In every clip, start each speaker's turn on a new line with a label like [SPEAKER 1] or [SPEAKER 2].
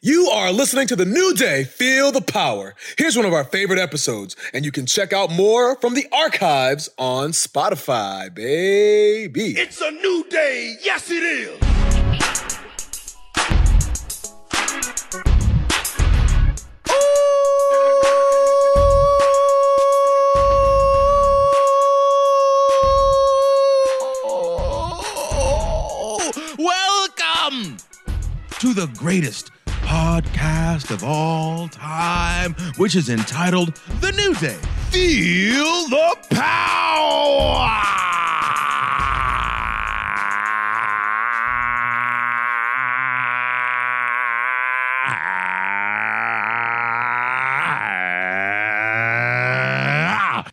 [SPEAKER 1] You are listening to the new day, Feel the Power. Here's one of our favorite episodes, and you can check out more from the archives on Spotify, baby.
[SPEAKER 2] It's a new day. Yes, it is.
[SPEAKER 3] Oh!
[SPEAKER 4] Welcome to the greatest podcast of all time, which is entitled The New Day. Feel the power.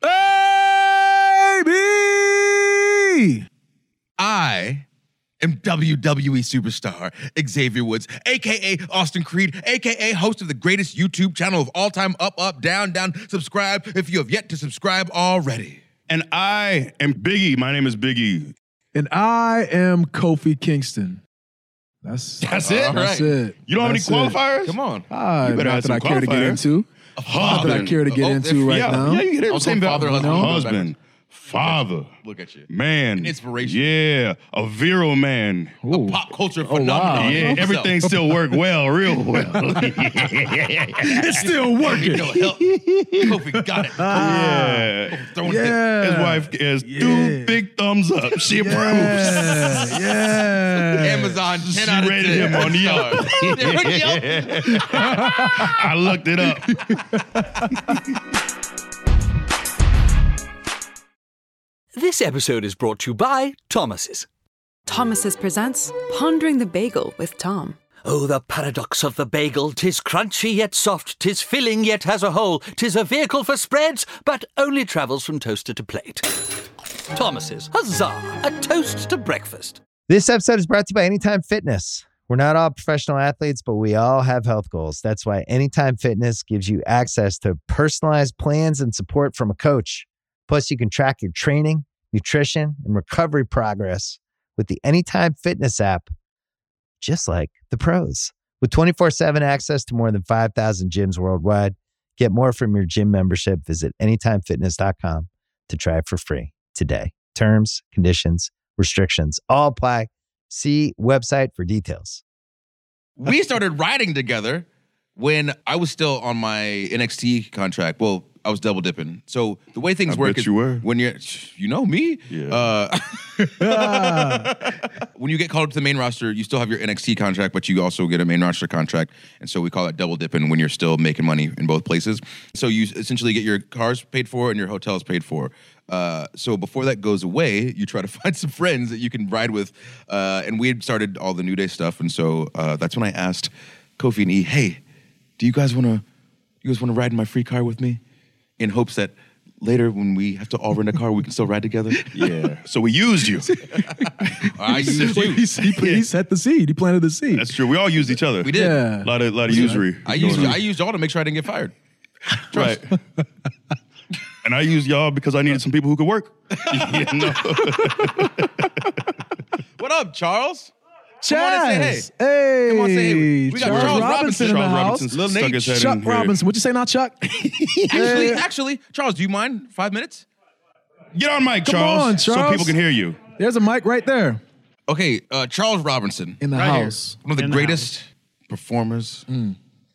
[SPEAKER 4] Baby! I am WWE superstar Xavier Woods, aka Austin Creed, aka host of the greatest YouTube channel of all time. Up, up, down, down. Subscribe if you have yet to subscribe already.
[SPEAKER 3] And I am Biggie. My name is Biggie.
[SPEAKER 5] And I am Kofi Kingston. That's uh,
[SPEAKER 3] That's it?
[SPEAKER 5] That's
[SPEAKER 4] Right.
[SPEAKER 5] it.
[SPEAKER 3] You don't
[SPEAKER 5] That's
[SPEAKER 3] have any
[SPEAKER 5] it.
[SPEAKER 3] qualifiers?
[SPEAKER 4] Come on.
[SPEAKER 5] Ah,
[SPEAKER 3] You better
[SPEAKER 5] not
[SPEAKER 3] have
[SPEAKER 5] that I
[SPEAKER 3] some
[SPEAKER 5] care to get
[SPEAKER 3] qualifier.
[SPEAKER 5] into. Not that I
[SPEAKER 3] Husband.
[SPEAKER 5] care to get
[SPEAKER 4] Oh, if-
[SPEAKER 5] into right
[SPEAKER 3] yeah,
[SPEAKER 5] now.
[SPEAKER 3] yeah, you
[SPEAKER 4] I
[SPEAKER 3] get it.
[SPEAKER 4] was
[SPEAKER 3] Same
[SPEAKER 4] going father,
[SPEAKER 3] father,
[SPEAKER 4] husband,
[SPEAKER 5] No.
[SPEAKER 3] husband, father,
[SPEAKER 4] Look at you.
[SPEAKER 3] man,
[SPEAKER 4] Inspiration.
[SPEAKER 3] Yeah, a virile man.
[SPEAKER 5] Ooh.
[SPEAKER 4] Pop culture
[SPEAKER 5] wow.
[SPEAKER 4] phenomenon.
[SPEAKER 5] Oh,
[SPEAKER 3] yeah,
[SPEAKER 4] So,
[SPEAKER 3] everything still work well, real well.
[SPEAKER 5] It's still
[SPEAKER 4] you
[SPEAKER 5] working.
[SPEAKER 4] know, help. Kofi got it.
[SPEAKER 3] yeah,
[SPEAKER 4] Throwing
[SPEAKER 5] Yeah.
[SPEAKER 3] his wife is two
[SPEAKER 5] Yeah.
[SPEAKER 3] big thumbs up. She approves.
[SPEAKER 5] Yeah. yeah.
[SPEAKER 4] it. Amazon 10 out of 10.
[SPEAKER 3] rated him on Yelp.
[SPEAKER 4] Yelp. They're on Yelp.
[SPEAKER 3] I looked it up.
[SPEAKER 6] This episode is brought to you by Thomas's.
[SPEAKER 7] Thomas's presents Pondering the Bagel with Tom.
[SPEAKER 6] Oh, the paradox of the bagel. Tis crunchy yet soft, tis filling yet has a hole. Tis a vehicle for spreads, but only travels from toaster to plate. Thomas's, huzzah! A toast to breakfast.
[SPEAKER 8] This episode is brought to you by Anytime Fitness. We're not all professional athletes, but we all have health goals. That's why Anytime Fitness gives you access to personalized plans and support from a coach. Plus, you can track your training, nutrition, and recovery progress with the Anytime Fitness app, just like the pros. With 24 7 access to more than 5,000 gyms worldwide, get more from your gym membership. Visit anytimefitness.com to try it for free today. Terms, conditions, restrictions all apply. See website for details.
[SPEAKER 4] we started riding together when I was still on my NXT contract. Well, I was double dipping. So the way things
[SPEAKER 3] I
[SPEAKER 4] work
[SPEAKER 3] bet
[SPEAKER 4] is
[SPEAKER 3] you were.
[SPEAKER 4] when you're, you know me.
[SPEAKER 3] Yeah.
[SPEAKER 4] Uh, when you get called up to the main roster, you still have your NXT contract, but you also get a main roster contract, and so we call that double dipping when you're still making money in both places. So you essentially get your cars paid for and your hotels paid for. Uh, so before that goes away, you try to find some friends that you can ride with, uh, and we had started all the New Day stuff, and so uh, that's when I asked Kofi and E, "Hey, do you guys want to? You guys want to ride in my free car with me?" In hopes that later, when we have to all rent a car, we can still ride together.
[SPEAKER 3] Yeah. So we used you.
[SPEAKER 4] I used
[SPEAKER 5] Wait, he,
[SPEAKER 4] you.
[SPEAKER 5] he, he set the seed. He planted the seed.
[SPEAKER 3] That's true. We all used each other.
[SPEAKER 4] We did.
[SPEAKER 3] A
[SPEAKER 5] Yeah.
[SPEAKER 3] lot of, lot of usury.
[SPEAKER 4] I used
[SPEAKER 3] going on.
[SPEAKER 4] I used y'all to make sure I didn't get fired.
[SPEAKER 3] Right. and I used y'all because I needed some people who could work. You know?
[SPEAKER 4] What up, Charles? Come on and say
[SPEAKER 5] Chaz. Hey.
[SPEAKER 4] Come on, say hey. We got
[SPEAKER 5] Charles,
[SPEAKER 4] Charles
[SPEAKER 5] Robinson, in
[SPEAKER 4] Robinson.
[SPEAKER 5] the
[SPEAKER 3] Charles
[SPEAKER 5] house.
[SPEAKER 3] Robinson
[SPEAKER 4] Lil
[SPEAKER 3] stuck
[SPEAKER 4] Nate,
[SPEAKER 3] his head in
[SPEAKER 5] Chuck
[SPEAKER 3] here.
[SPEAKER 5] Robinson. What'd you say now, Chuck?
[SPEAKER 4] Actually,
[SPEAKER 5] Hey.
[SPEAKER 4] actually, Charles, do you mind five minutes?
[SPEAKER 3] Get on mic,
[SPEAKER 5] Come
[SPEAKER 3] Charles,
[SPEAKER 5] on,
[SPEAKER 3] so
[SPEAKER 5] Charles.
[SPEAKER 3] people can hear you.
[SPEAKER 5] There's a mic right there
[SPEAKER 4] Okay, uh, Charles Robinson,
[SPEAKER 5] in the Mm.
[SPEAKER 9] Right here.
[SPEAKER 5] house.
[SPEAKER 4] one of the
[SPEAKER 9] In the
[SPEAKER 4] greatest performers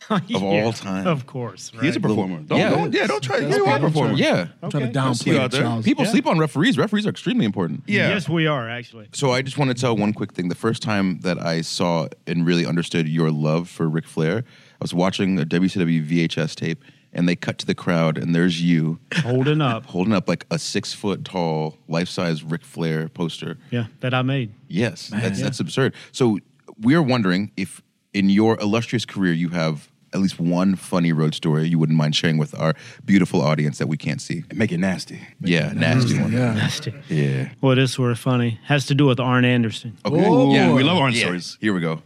[SPEAKER 4] of all time.
[SPEAKER 9] Of course. Right?
[SPEAKER 3] He's a performer. Don't,
[SPEAKER 4] Yeah.
[SPEAKER 3] don't, yeah, don't try.
[SPEAKER 5] That's
[SPEAKER 3] Yeah, you are a
[SPEAKER 5] good.
[SPEAKER 3] performer. Yeah.
[SPEAKER 4] Yeah,
[SPEAKER 5] I'm trying to
[SPEAKER 3] you
[SPEAKER 5] downplay
[SPEAKER 3] out
[SPEAKER 5] it,
[SPEAKER 3] there.
[SPEAKER 5] Charles.
[SPEAKER 4] people sleep on referees. Referees are extremely important.
[SPEAKER 3] Yeah.
[SPEAKER 9] Yes, we are actually.
[SPEAKER 4] So I just want to tell one quick thing. The first time that I saw and really understood your love for Ric Flair, I was watching a WCW VHS tape, and they cut to the crowd, and there's you
[SPEAKER 9] Holding up.
[SPEAKER 4] holding up like a six foot tall life size Ric Flair poster.
[SPEAKER 9] Yeah, that I made.
[SPEAKER 4] Yes, that's that's absurd. So we're wondering if in your illustrious career you have at least one funny road story you wouldn't mind sharing with our beautiful audience that we can't see.
[SPEAKER 3] Make it nasty.
[SPEAKER 4] yeah, nasty one.
[SPEAKER 5] Yeah.
[SPEAKER 9] Nasty.
[SPEAKER 3] Yeah.
[SPEAKER 9] Well, this sort of funny. Has to do with Arn Anderson.
[SPEAKER 4] Okay.
[SPEAKER 5] Oh.
[SPEAKER 4] yeah,
[SPEAKER 3] We love orange
[SPEAKER 4] yeah.
[SPEAKER 3] stories.
[SPEAKER 4] Here we go.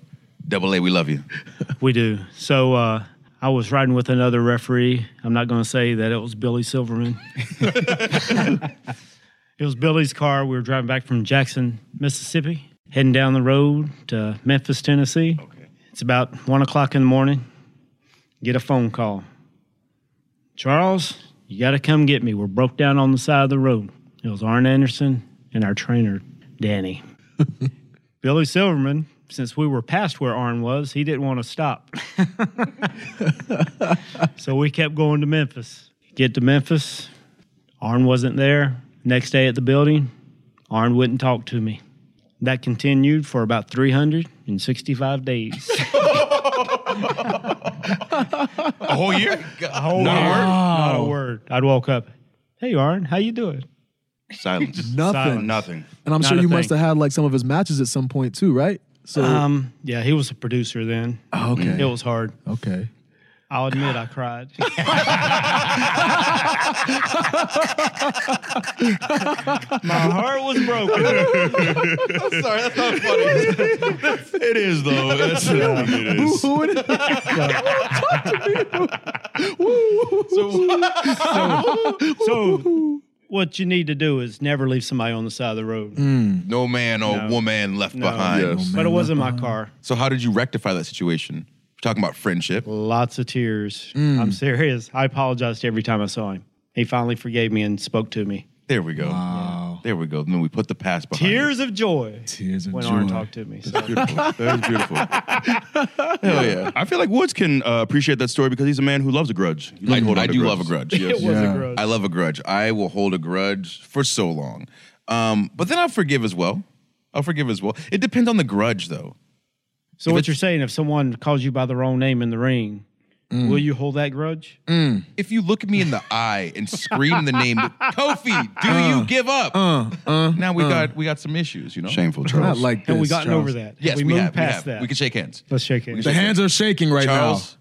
[SPEAKER 4] Double A, we love you.
[SPEAKER 9] We do. So uh, I was riding with another referee. I'm not going to say that it was Billy Silverman. it was Billy's car. We were driving back from Jackson, Mississippi, heading down the road to Memphis, Tennessee. It's about one o'clock in the morning. Get a phone call. Charles, you got to come get me. We're broke down on the side of the road. It was Arn Anderson and our trainer, Danny. Billy Silverman, since we were past where Arn was, he didn't want to stop. so we kept going to Memphis. Get to Memphis. Arn wasn't there. Next day at the building, Arn wouldn't talk to me. That continued for about 365 days.
[SPEAKER 4] A whole year?
[SPEAKER 9] Not a word. I'd walk up, "Hey Arn, how you doing?"
[SPEAKER 4] Silence.
[SPEAKER 5] Nothing.
[SPEAKER 9] Silence.
[SPEAKER 4] Nothing.
[SPEAKER 5] And I'm
[SPEAKER 9] Not
[SPEAKER 5] sure
[SPEAKER 9] a
[SPEAKER 5] you must
[SPEAKER 9] thing.
[SPEAKER 5] have had like some of his matches at some point too, right? So
[SPEAKER 9] Um, yeah, he was a producer then.
[SPEAKER 5] oh, okay,
[SPEAKER 9] It was hard.
[SPEAKER 5] okay.
[SPEAKER 9] I'll admit I cried. My heart was broken.
[SPEAKER 4] Sorry, that's not funny. it is though. That's it is.
[SPEAKER 5] Who would-
[SPEAKER 9] So what you need to do is never leave somebody on the side of the road.
[SPEAKER 4] No man or woman left
[SPEAKER 9] No.
[SPEAKER 4] behind.
[SPEAKER 3] Yes.
[SPEAKER 9] But it wasn't my car.
[SPEAKER 4] So how did you rectify that situation? We're talking about friendship.
[SPEAKER 9] Lots of tears. I'm serious. I apologized every time I saw him. He finally forgave me and spoke to me.
[SPEAKER 4] There we go. There we go. And then we put the past behind.
[SPEAKER 9] Tears of joy
[SPEAKER 5] Tears of
[SPEAKER 9] when
[SPEAKER 5] joy.
[SPEAKER 9] Arn talked to me. So.
[SPEAKER 3] Beautiful. That is beautiful.
[SPEAKER 4] Hell Oh, yeah.
[SPEAKER 3] I feel like Woods can uh, appreciate that story because he's a man who loves a grudge. You
[SPEAKER 4] I,
[SPEAKER 3] like holding
[SPEAKER 4] Mm-hmm. I
[SPEAKER 3] on to
[SPEAKER 4] do
[SPEAKER 3] grudges.
[SPEAKER 4] love a grudge.
[SPEAKER 9] It
[SPEAKER 4] Yes.
[SPEAKER 9] was
[SPEAKER 5] Yeah.
[SPEAKER 9] a gross.
[SPEAKER 4] I love a grudge. I will hold a grudge for so long. Um, but then I'll forgive as well. I'll forgive as well. It depends on the grudge though.
[SPEAKER 9] So what you're saying, if someone calls you by the wrong name in the ring, will you hold that grudge?
[SPEAKER 4] If you look me in the eye and scream the name Kofi, do you give up? now we got we got some issues, you know.
[SPEAKER 3] Shameful,
[SPEAKER 5] Not
[SPEAKER 3] Charles.
[SPEAKER 5] like
[SPEAKER 9] Have we
[SPEAKER 5] this,
[SPEAKER 9] gotten
[SPEAKER 5] Charles.
[SPEAKER 9] over that? Have
[SPEAKER 4] Yes, we,
[SPEAKER 9] we, moved
[SPEAKER 4] have,
[SPEAKER 9] past
[SPEAKER 4] we have.
[SPEAKER 9] that.
[SPEAKER 4] We can shake hands.
[SPEAKER 9] Let's shake hands.
[SPEAKER 5] The hands are shaking right
[SPEAKER 4] Charles,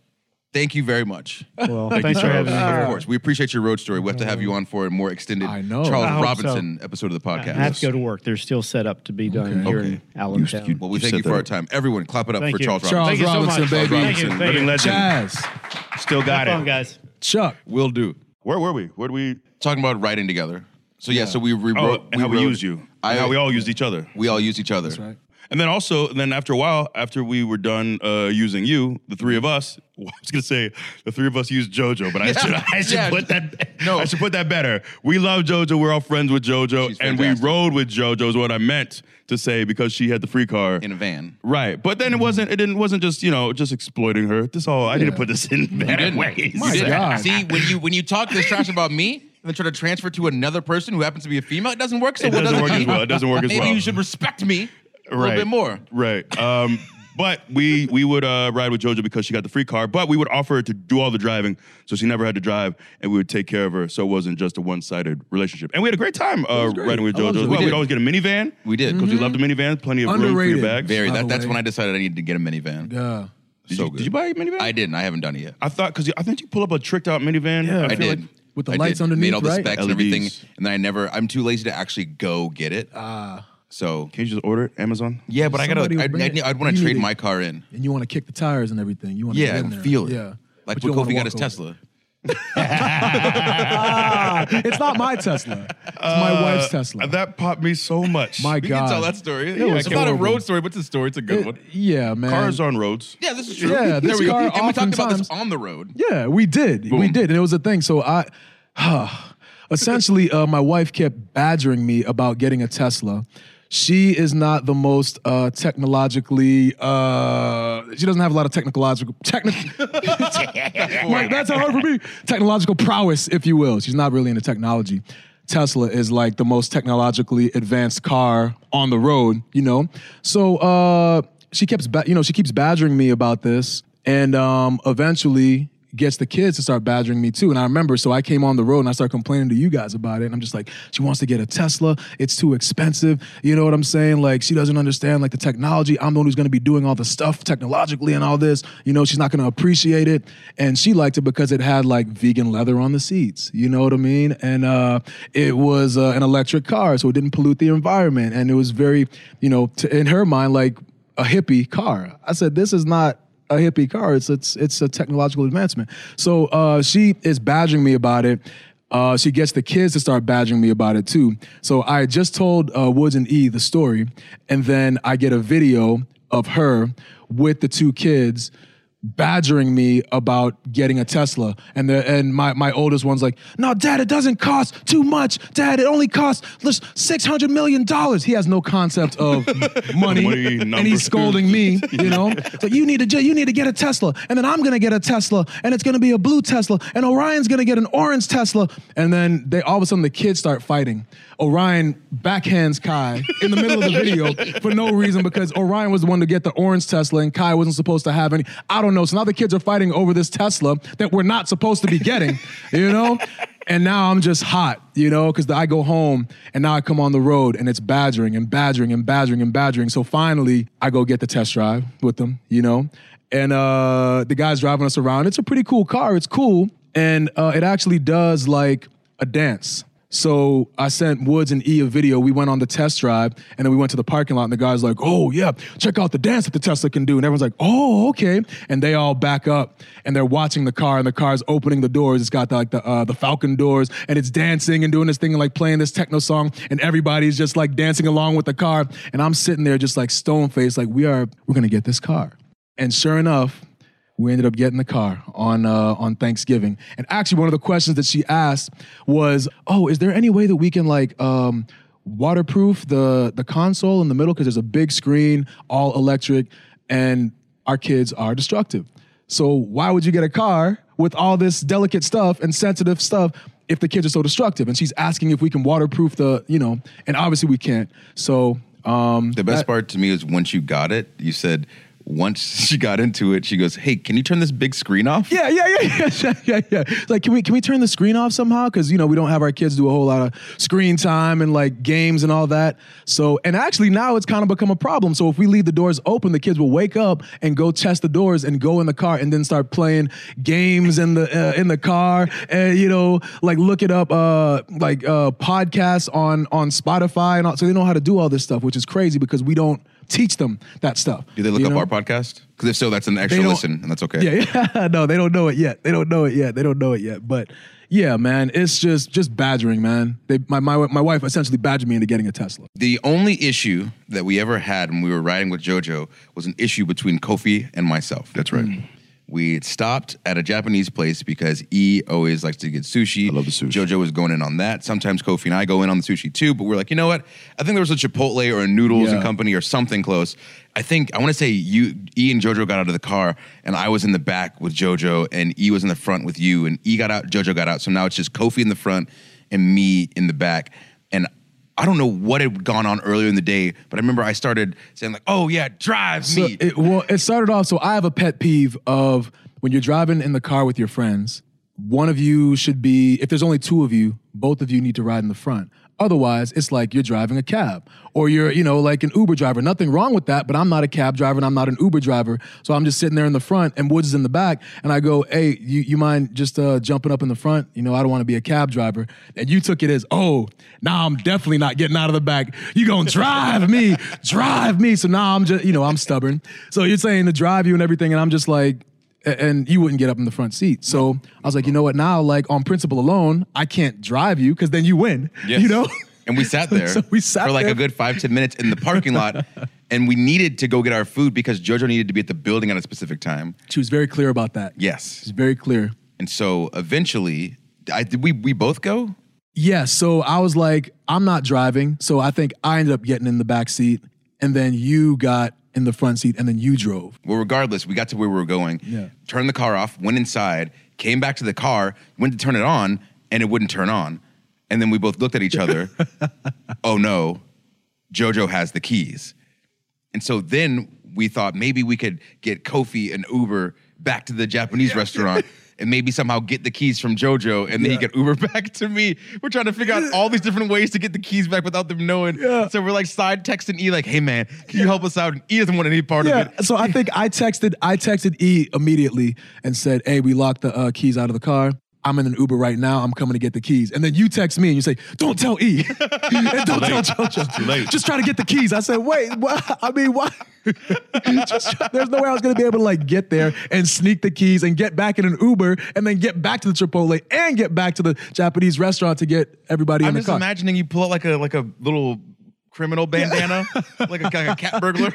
[SPEAKER 4] thank you very much.
[SPEAKER 9] Well, thanks for having me
[SPEAKER 4] Of
[SPEAKER 9] here. Uh,
[SPEAKER 4] course, we appreciate your road story. We have to have you on for a more extended
[SPEAKER 5] I know.
[SPEAKER 4] Charles
[SPEAKER 5] I
[SPEAKER 9] hope Uh,
[SPEAKER 4] Robinson episode of the
[SPEAKER 9] I
[SPEAKER 4] podcast.
[SPEAKER 9] have to go to work. There's still set up to be done here in Allentown.
[SPEAKER 4] Well, we
[SPEAKER 3] You
[SPEAKER 4] thank
[SPEAKER 3] said
[SPEAKER 4] you for
[SPEAKER 3] that.
[SPEAKER 4] our time. Everyone, clap it up
[SPEAKER 9] Thank
[SPEAKER 4] for
[SPEAKER 9] you.
[SPEAKER 4] Charles
[SPEAKER 5] Charles
[SPEAKER 4] Robinson.
[SPEAKER 9] Thank you so
[SPEAKER 5] Robinson,
[SPEAKER 9] much.
[SPEAKER 5] baby.
[SPEAKER 9] Thank
[SPEAKER 3] Robinson,
[SPEAKER 9] you. Thank
[SPEAKER 3] living
[SPEAKER 9] you.
[SPEAKER 5] now.
[SPEAKER 3] legend.
[SPEAKER 5] Jazz,
[SPEAKER 3] Still got
[SPEAKER 9] Come on,
[SPEAKER 3] it.
[SPEAKER 9] guys.
[SPEAKER 5] Chuck.
[SPEAKER 4] Will do.
[SPEAKER 3] Where were we? Where did we?
[SPEAKER 4] Talking about writing together. So yeah, so we rewrote
[SPEAKER 3] Oh, and
[SPEAKER 4] we
[SPEAKER 3] how we
[SPEAKER 4] wrote-
[SPEAKER 3] used you.
[SPEAKER 4] I-
[SPEAKER 3] and how we all used each other.
[SPEAKER 4] We all used each other. That's
[SPEAKER 5] right.
[SPEAKER 3] And then also, and then after a while, after we were done uh, using you, the three of us, well, I was gonna say the three of us used JoJo, but I should, I should
[SPEAKER 4] Yeah.
[SPEAKER 3] put that,
[SPEAKER 4] No.
[SPEAKER 3] no, I should put that better. We love JoJo. We're all friends with JoJo,
[SPEAKER 4] She's
[SPEAKER 3] and we
[SPEAKER 4] fantastic.
[SPEAKER 3] rode with JoJo is what I meant to say because she had the free car
[SPEAKER 4] In a van.
[SPEAKER 3] Right, but
[SPEAKER 4] Mm-hmm.
[SPEAKER 3] then it wasn't. It didn't. Wasn't just you know just exploiting her. This all. I need to put this in better ways.
[SPEAKER 4] You didn't.
[SPEAKER 5] God.
[SPEAKER 4] See, when you when you talk this trash about me and then try to transfer to another person who happens to be a female, it doesn't work so
[SPEAKER 3] It
[SPEAKER 4] well,
[SPEAKER 3] doesn't work as
[SPEAKER 4] it?
[SPEAKER 3] well. It doesn't work as
[SPEAKER 4] Maybe
[SPEAKER 3] well.
[SPEAKER 4] you should respect me a
[SPEAKER 3] right.
[SPEAKER 4] little bit more.
[SPEAKER 3] Right. Um, but we we would uh, ride with JoJo because she got the free car. But we would offer her to do all the driving, so she never had to drive, and we would take care of her, so it wasn't just a one sided relationship. And we had a great time uh, riding with
[SPEAKER 5] I loved
[SPEAKER 3] JoJo.
[SPEAKER 5] it.
[SPEAKER 3] as
[SPEAKER 5] We
[SPEAKER 3] well, we'd
[SPEAKER 4] did.
[SPEAKER 3] always get a minivan.
[SPEAKER 4] We did. Mm-hmm.
[SPEAKER 3] because we loved the minivan. Plenty of room
[SPEAKER 5] Underrated.
[SPEAKER 3] for your bags. Oh,
[SPEAKER 4] Very.
[SPEAKER 5] By
[SPEAKER 4] That,
[SPEAKER 5] the
[SPEAKER 4] that's
[SPEAKER 5] way.
[SPEAKER 4] when I decided I needed to get a minivan.
[SPEAKER 5] Yeah.
[SPEAKER 4] So
[SPEAKER 3] did, you,
[SPEAKER 4] good.
[SPEAKER 3] did you buy a minivan?
[SPEAKER 4] I didn't. I haven't done it yet.
[SPEAKER 3] I thought because I think you pull up a tricked out minivan.
[SPEAKER 5] Yeah. I
[SPEAKER 4] I
[SPEAKER 5] feel
[SPEAKER 4] did.
[SPEAKER 5] like with the
[SPEAKER 4] I
[SPEAKER 5] lights
[SPEAKER 4] did.
[SPEAKER 5] underneath,
[SPEAKER 4] made all the
[SPEAKER 5] right?
[SPEAKER 4] specs and
[SPEAKER 3] LEDs.
[SPEAKER 4] everything, and then I never. I'm too lazy to actually go get it. Ah. so
[SPEAKER 3] Can you just order it Amazon?
[SPEAKER 4] yeah, but I gotta.
[SPEAKER 5] Somebody will
[SPEAKER 4] I'd,
[SPEAKER 5] bring
[SPEAKER 4] I'd,
[SPEAKER 5] it.
[SPEAKER 4] I'd want to
[SPEAKER 5] You
[SPEAKER 4] trade
[SPEAKER 5] need it.
[SPEAKER 4] my car in.
[SPEAKER 5] And you want to kick the tires and everything. You want to
[SPEAKER 4] Yeah, I
[SPEAKER 5] get in
[SPEAKER 4] can
[SPEAKER 5] there.
[SPEAKER 4] feel it.
[SPEAKER 5] Yeah.
[SPEAKER 4] Like
[SPEAKER 5] But you
[SPEAKER 4] what
[SPEAKER 5] don't wanna
[SPEAKER 4] Kofi got
[SPEAKER 5] walk
[SPEAKER 4] his
[SPEAKER 5] over.
[SPEAKER 4] Tesla.
[SPEAKER 5] Ah, it's not my Tesla. It's my
[SPEAKER 4] Uh,
[SPEAKER 5] wife's Tesla.
[SPEAKER 3] Uh, That popped me so much.
[SPEAKER 5] my
[SPEAKER 4] We
[SPEAKER 5] God.
[SPEAKER 4] can tell that story.
[SPEAKER 5] It
[SPEAKER 4] Yeah,
[SPEAKER 5] was
[SPEAKER 4] it's not a
[SPEAKER 5] horrible.
[SPEAKER 4] road story, but it's a story. It's a good one.
[SPEAKER 5] It- yeah, man.
[SPEAKER 3] Cars on roads.
[SPEAKER 4] Yeah, this is true.
[SPEAKER 5] Yeah,
[SPEAKER 4] there
[SPEAKER 5] this
[SPEAKER 4] we go.
[SPEAKER 5] car
[SPEAKER 4] And we talked about this
[SPEAKER 5] oftentimes-
[SPEAKER 4] on the road.
[SPEAKER 5] Yeah, we did. We did. And it was a thing. So I essentially uh, my wife kept badgering me about getting a Tesla. She is not the most uh, technologically. Uh, she doesn't have a lot of technological technical. Like, that's hard for me. Technological prowess, if you will. She's not really into technology. Tesla is like the most technologically advanced car on the road, you know. So uh, she keeps, ba- you know, she keeps badgering me about this, and um, eventually gets the kids to start badgering me too. And I remember, so I came on the road and I started complaining to you guys about it. And I'm just like, she wants to get a Tesla. It's too expensive. You know what I'm saying? Like she doesn't understand like the technology. I'm the one who's going to be doing all the stuff technologically and all this. You know, she's not going to appreciate it. And she liked it because it had like vegan leather on the seats. You know what I mean? And uh, it was uh, an electric car, so it didn't pollute the environment. And it was very, you know, to, in her mind, like a hippie car. I said, this is not a hippie car. It's it's it's a technological advancement. So uh, she is badgering me about it. Uh, she gets the kids to start badgering me about it too. So I had just told uh, Woods and E the story, and then I get a video of her with the two kids badgering me about getting a Tesla. And the, and my, my oldest one's like, no, dad, it doesn't cost too much. Dad, it only costs just $600 million. He has no concept of money.
[SPEAKER 3] Money
[SPEAKER 5] and
[SPEAKER 3] number.
[SPEAKER 5] he's scolding me, you know? So you need to, ju- you need to get a Tesla. And then I'm going to get a Tesla. And it's going to be a blue Tesla. And Orion's going to get an orange Tesla. And then they all of a sudden the kids start fighting. Orion backhands Kai in the middle of the video for no reason because Orion was the one to get the orange Tesla and Kai wasn't supposed to have any. I don't know. So now the kids are fighting over this Tesla that we're not supposed to be getting, you know? And now I'm just hot, you know, because I go home and now I come on the road and it's badgering and badgering and badgering and badgering. So finally, I go get the test drive with them, you know, and uh, the guy's driving us around. It's a pretty cool car. It's cool. And uh, it actually does like a dance. So I sent Woods and E a video. We went on the test drive and then we went to the parking lot and the guy's like, oh yeah, check out the dance that the Tesla can do. And everyone's like, oh, okay. And they all back up and they're watching the car and the car's opening the doors. It's got the, like the uh, the Falcon doors and it's dancing and doing this thing and like playing this techno song and everybody's just like dancing along with the car. And I'm sitting there just like stone faced, like we are, we're gonna get this car. And sure enough, we ended up getting the car on uh, on Thanksgiving. And actually, one of the questions that she asked was, "Oh, is there any way that we can like um, waterproof the the console in the middle because there's a big screen, all electric, and our kids are destructive. So why would you get a car with all this delicate stuff and sensitive stuff?" If the kids are so destructive, and she's asking if we can waterproof the, you know, and obviously we can't. So um,
[SPEAKER 4] The best
[SPEAKER 5] that-
[SPEAKER 4] part to me is once you got it, you said once she got into it, she goes, "Hey, can you turn this big screen off?"
[SPEAKER 5] Yeah, yeah, yeah, yeah, yeah, yeah. It's Like, can we can we turn the screen off somehow? Because you know we don't have our kids do a whole lot of screen time and like games and all that. So, and actually now it's kind of become a problem. So if we leave the doors open, the kids will wake up and go test the doors and go in the car and then start playing games in the uh, in the car and you know like looking up uh like uh podcasts on on Spotify and all, so they know how to do all this stuff, which is crazy because we don't teach them that stuff.
[SPEAKER 4] Do they look
[SPEAKER 5] you
[SPEAKER 4] up
[SPEAKER 5] know?
[SPEAKER 4] our podcast? Because if so, that's an extra
[SPEAKER 5] They don't-
[SPEAKER 4] listen, and that's okay.
[SPEAKER 5] Yeah, yeah. no, they don't know it yet. They don't know it yet. They don't know it yet. But yeah, man, it's just just badgering, man. They, my, my my wife essentially badgered me into getting a Tesla.
[SPEAKER 4] The only issue that we ever had when we were riding with JoJo was an issue between Kofi and myself. That's right. We had stopped at a Japanese place because E always likes to get sushi. I
[SPEAKER 3] love the sushi.
[SPEAKER 4] JoJo was going in on that. Sometimes Kofi and I go in on the sushi too, but we're like, you know what? I think there was a Chipotle or a Noodles and
[SPEAKER 5] Yeah.
[SPEAKER 4] Company or something close. I think I want to say you, E and JoJo got out of the car, and I was in the back with JoJo, and E was in the front with you, and E got out, JoJo got out. So now it's just Kofi in the front and me in the back, and I don't know what had gone on earlier in the day, but I remember I started saying like, "Oh yeah, drive
[SPEAKER 5] So
[SPEAKER 4] me."
[SPEAKER 5] it, well, it started off. So I have a pet peeve of when you're driving in the car with your friends. One of you should be, if there's only two of you, both of you need to ride in the front. Otherwise, it's like you're driving a cab or you're, you know, like an Uber driver. Nothing wrong with that, but I'm not a cab driver and I'm not an Uber driver. So I'm just sitting there in the front and Woods is in the back. And I go, hey, you, you mind just uh, jumping up in the front? You know, I don't want to be a cab driver. And you took it as, oh, now I'm definitely not getting out of the back. you going to drive me, drive me. So now I'm just, you know, I'm stubborn. So you're saying to drive you and everything. And I'm just like, a- and you wouldn't get up in the front seat. So I was like, you know what? Now, like on principle alone, I can't drive you because then you win.
[SPEAKER 4] Yes.
[SPEAKER 5] You know?
[SPEAKER 4] And we sat there
[SPEAKER 5] So we sat
[SPEAKER 4] for like
[SPEAKER 5] there.
[SPEAKER 4] a good five, ten minutes in the parking lot. And we needed to go get our food because JoJo needed to be at the building at a specific time.
[SPEAKER 5] She was very clear about that.
[SPEAKER 4] Yes.
[SPEAKER 5] She's very clear.
[SPEAKER 4] And so eventually, I did we we both go?
[SPEAKER 5] Yeah. So I was like, I'm not driving. So I think I ended up getting in the back seat. And then you got in the front seat and then you drove.
[SPEAKER 4] Well, regardless, we got to where we were going.
[SPEAKER 5] Yeah.
[SPEAKER 4] Turned the car off, went inside, came back to the car, went to turn it on, and it wouldn't turn on. And then we both looked at each other. oh no, JoJo has the keys. And so then we thought maybe we could get Kofi and Uber back to the Japanese restaurant. And maybe somehow get the keys from JoJo, and then he could Uber back to me. We're trying to figure out all these different ways to get the keys back without them knowing. So we're like side texting E, like, "Hey man, can you help us out?" And E doesn't want any part of
[SPEAKER 5] Yeah.
[SPEAKER 4] it.
[SPEAKER 5] So I think I texted I texted E immediately and said, "Hey, we locked the uh, keys out of the car. I'm in an Uber right now. I'm coming to get the keys." And then you text me and you say, "Don't tell E. and don't tell JoJo.
[SPEAKER 3] Too late.
[SPEAKER 5] Just try to get the keys." I said, "Wait, why I mean, why?" Just- there's no way I was gonna be able to like get there and sneak the keys and get back in an Uber and then get back to the Chipotle and get back to the Japanese restaurant to get everybody in
[SPEAKER 4] I'm
[SPEAKER 5] the
[SPEAKER 4] just
[SPEAKER 5] car.
[SPEAKER 4] imagining you pull out like a like a little criminal bandana, like, a, like a cat burglar,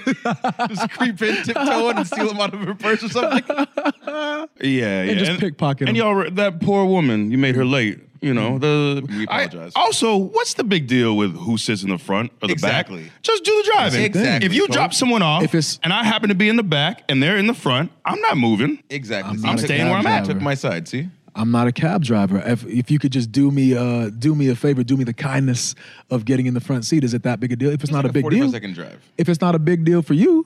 [SPEAKER 4] just creep in, tiptoeing, and steal him out of her purse or something.
[SPEAKER 3] Yeah, yeah.
[SPEAKER 5] just pickpocket
[SPEAKER 3] And
[SPEAKER 5] him.
[SPEAKER 3] y'all, re- that poor woman, you made her late. You know the.
[SPEAKER 5] Mm-hmm.
[SPEAKER 4] We
[SPEAKER 3] I-
[SPEAKER 4] apologize.
[SPEAKER 3] also, what's the big deal with who sits in the front or the
[SPEAKER 4] Exactly.
[SPEAKER 3] back? Just do the driving.
[SPEAKER 4] Exactly.
[SPEAKER 3] If you drop someone off,
[SPEAKER 5] If it's-
[SPEAKER 3] and I happen to be in the back and they're in the front, I'm not moving.
[SPEAKER 4] Exactly.
[SPEAKER 5] I'm
[SPEAKER 4] See,
[SPEAKER 5] not
[SPEAKER 4] you
[SPEAKER 5] a
[SPEAKER 4] took-
[SPEAKER 3] staying where I'm at.
[SPEAKER 4] Took my side. See.
[SPEAKER 5] I'm not a cab driver. If if you could just do me uh do me a favor, do me the kindness of getting in the front seat, is it that big a deal? If it's, not a big
[SPEAKER 4] 45
[SPEAKER 5] deal,
[SPEAKER 4] second drive.
[SPEAKER 5] if it's not a big deal for you,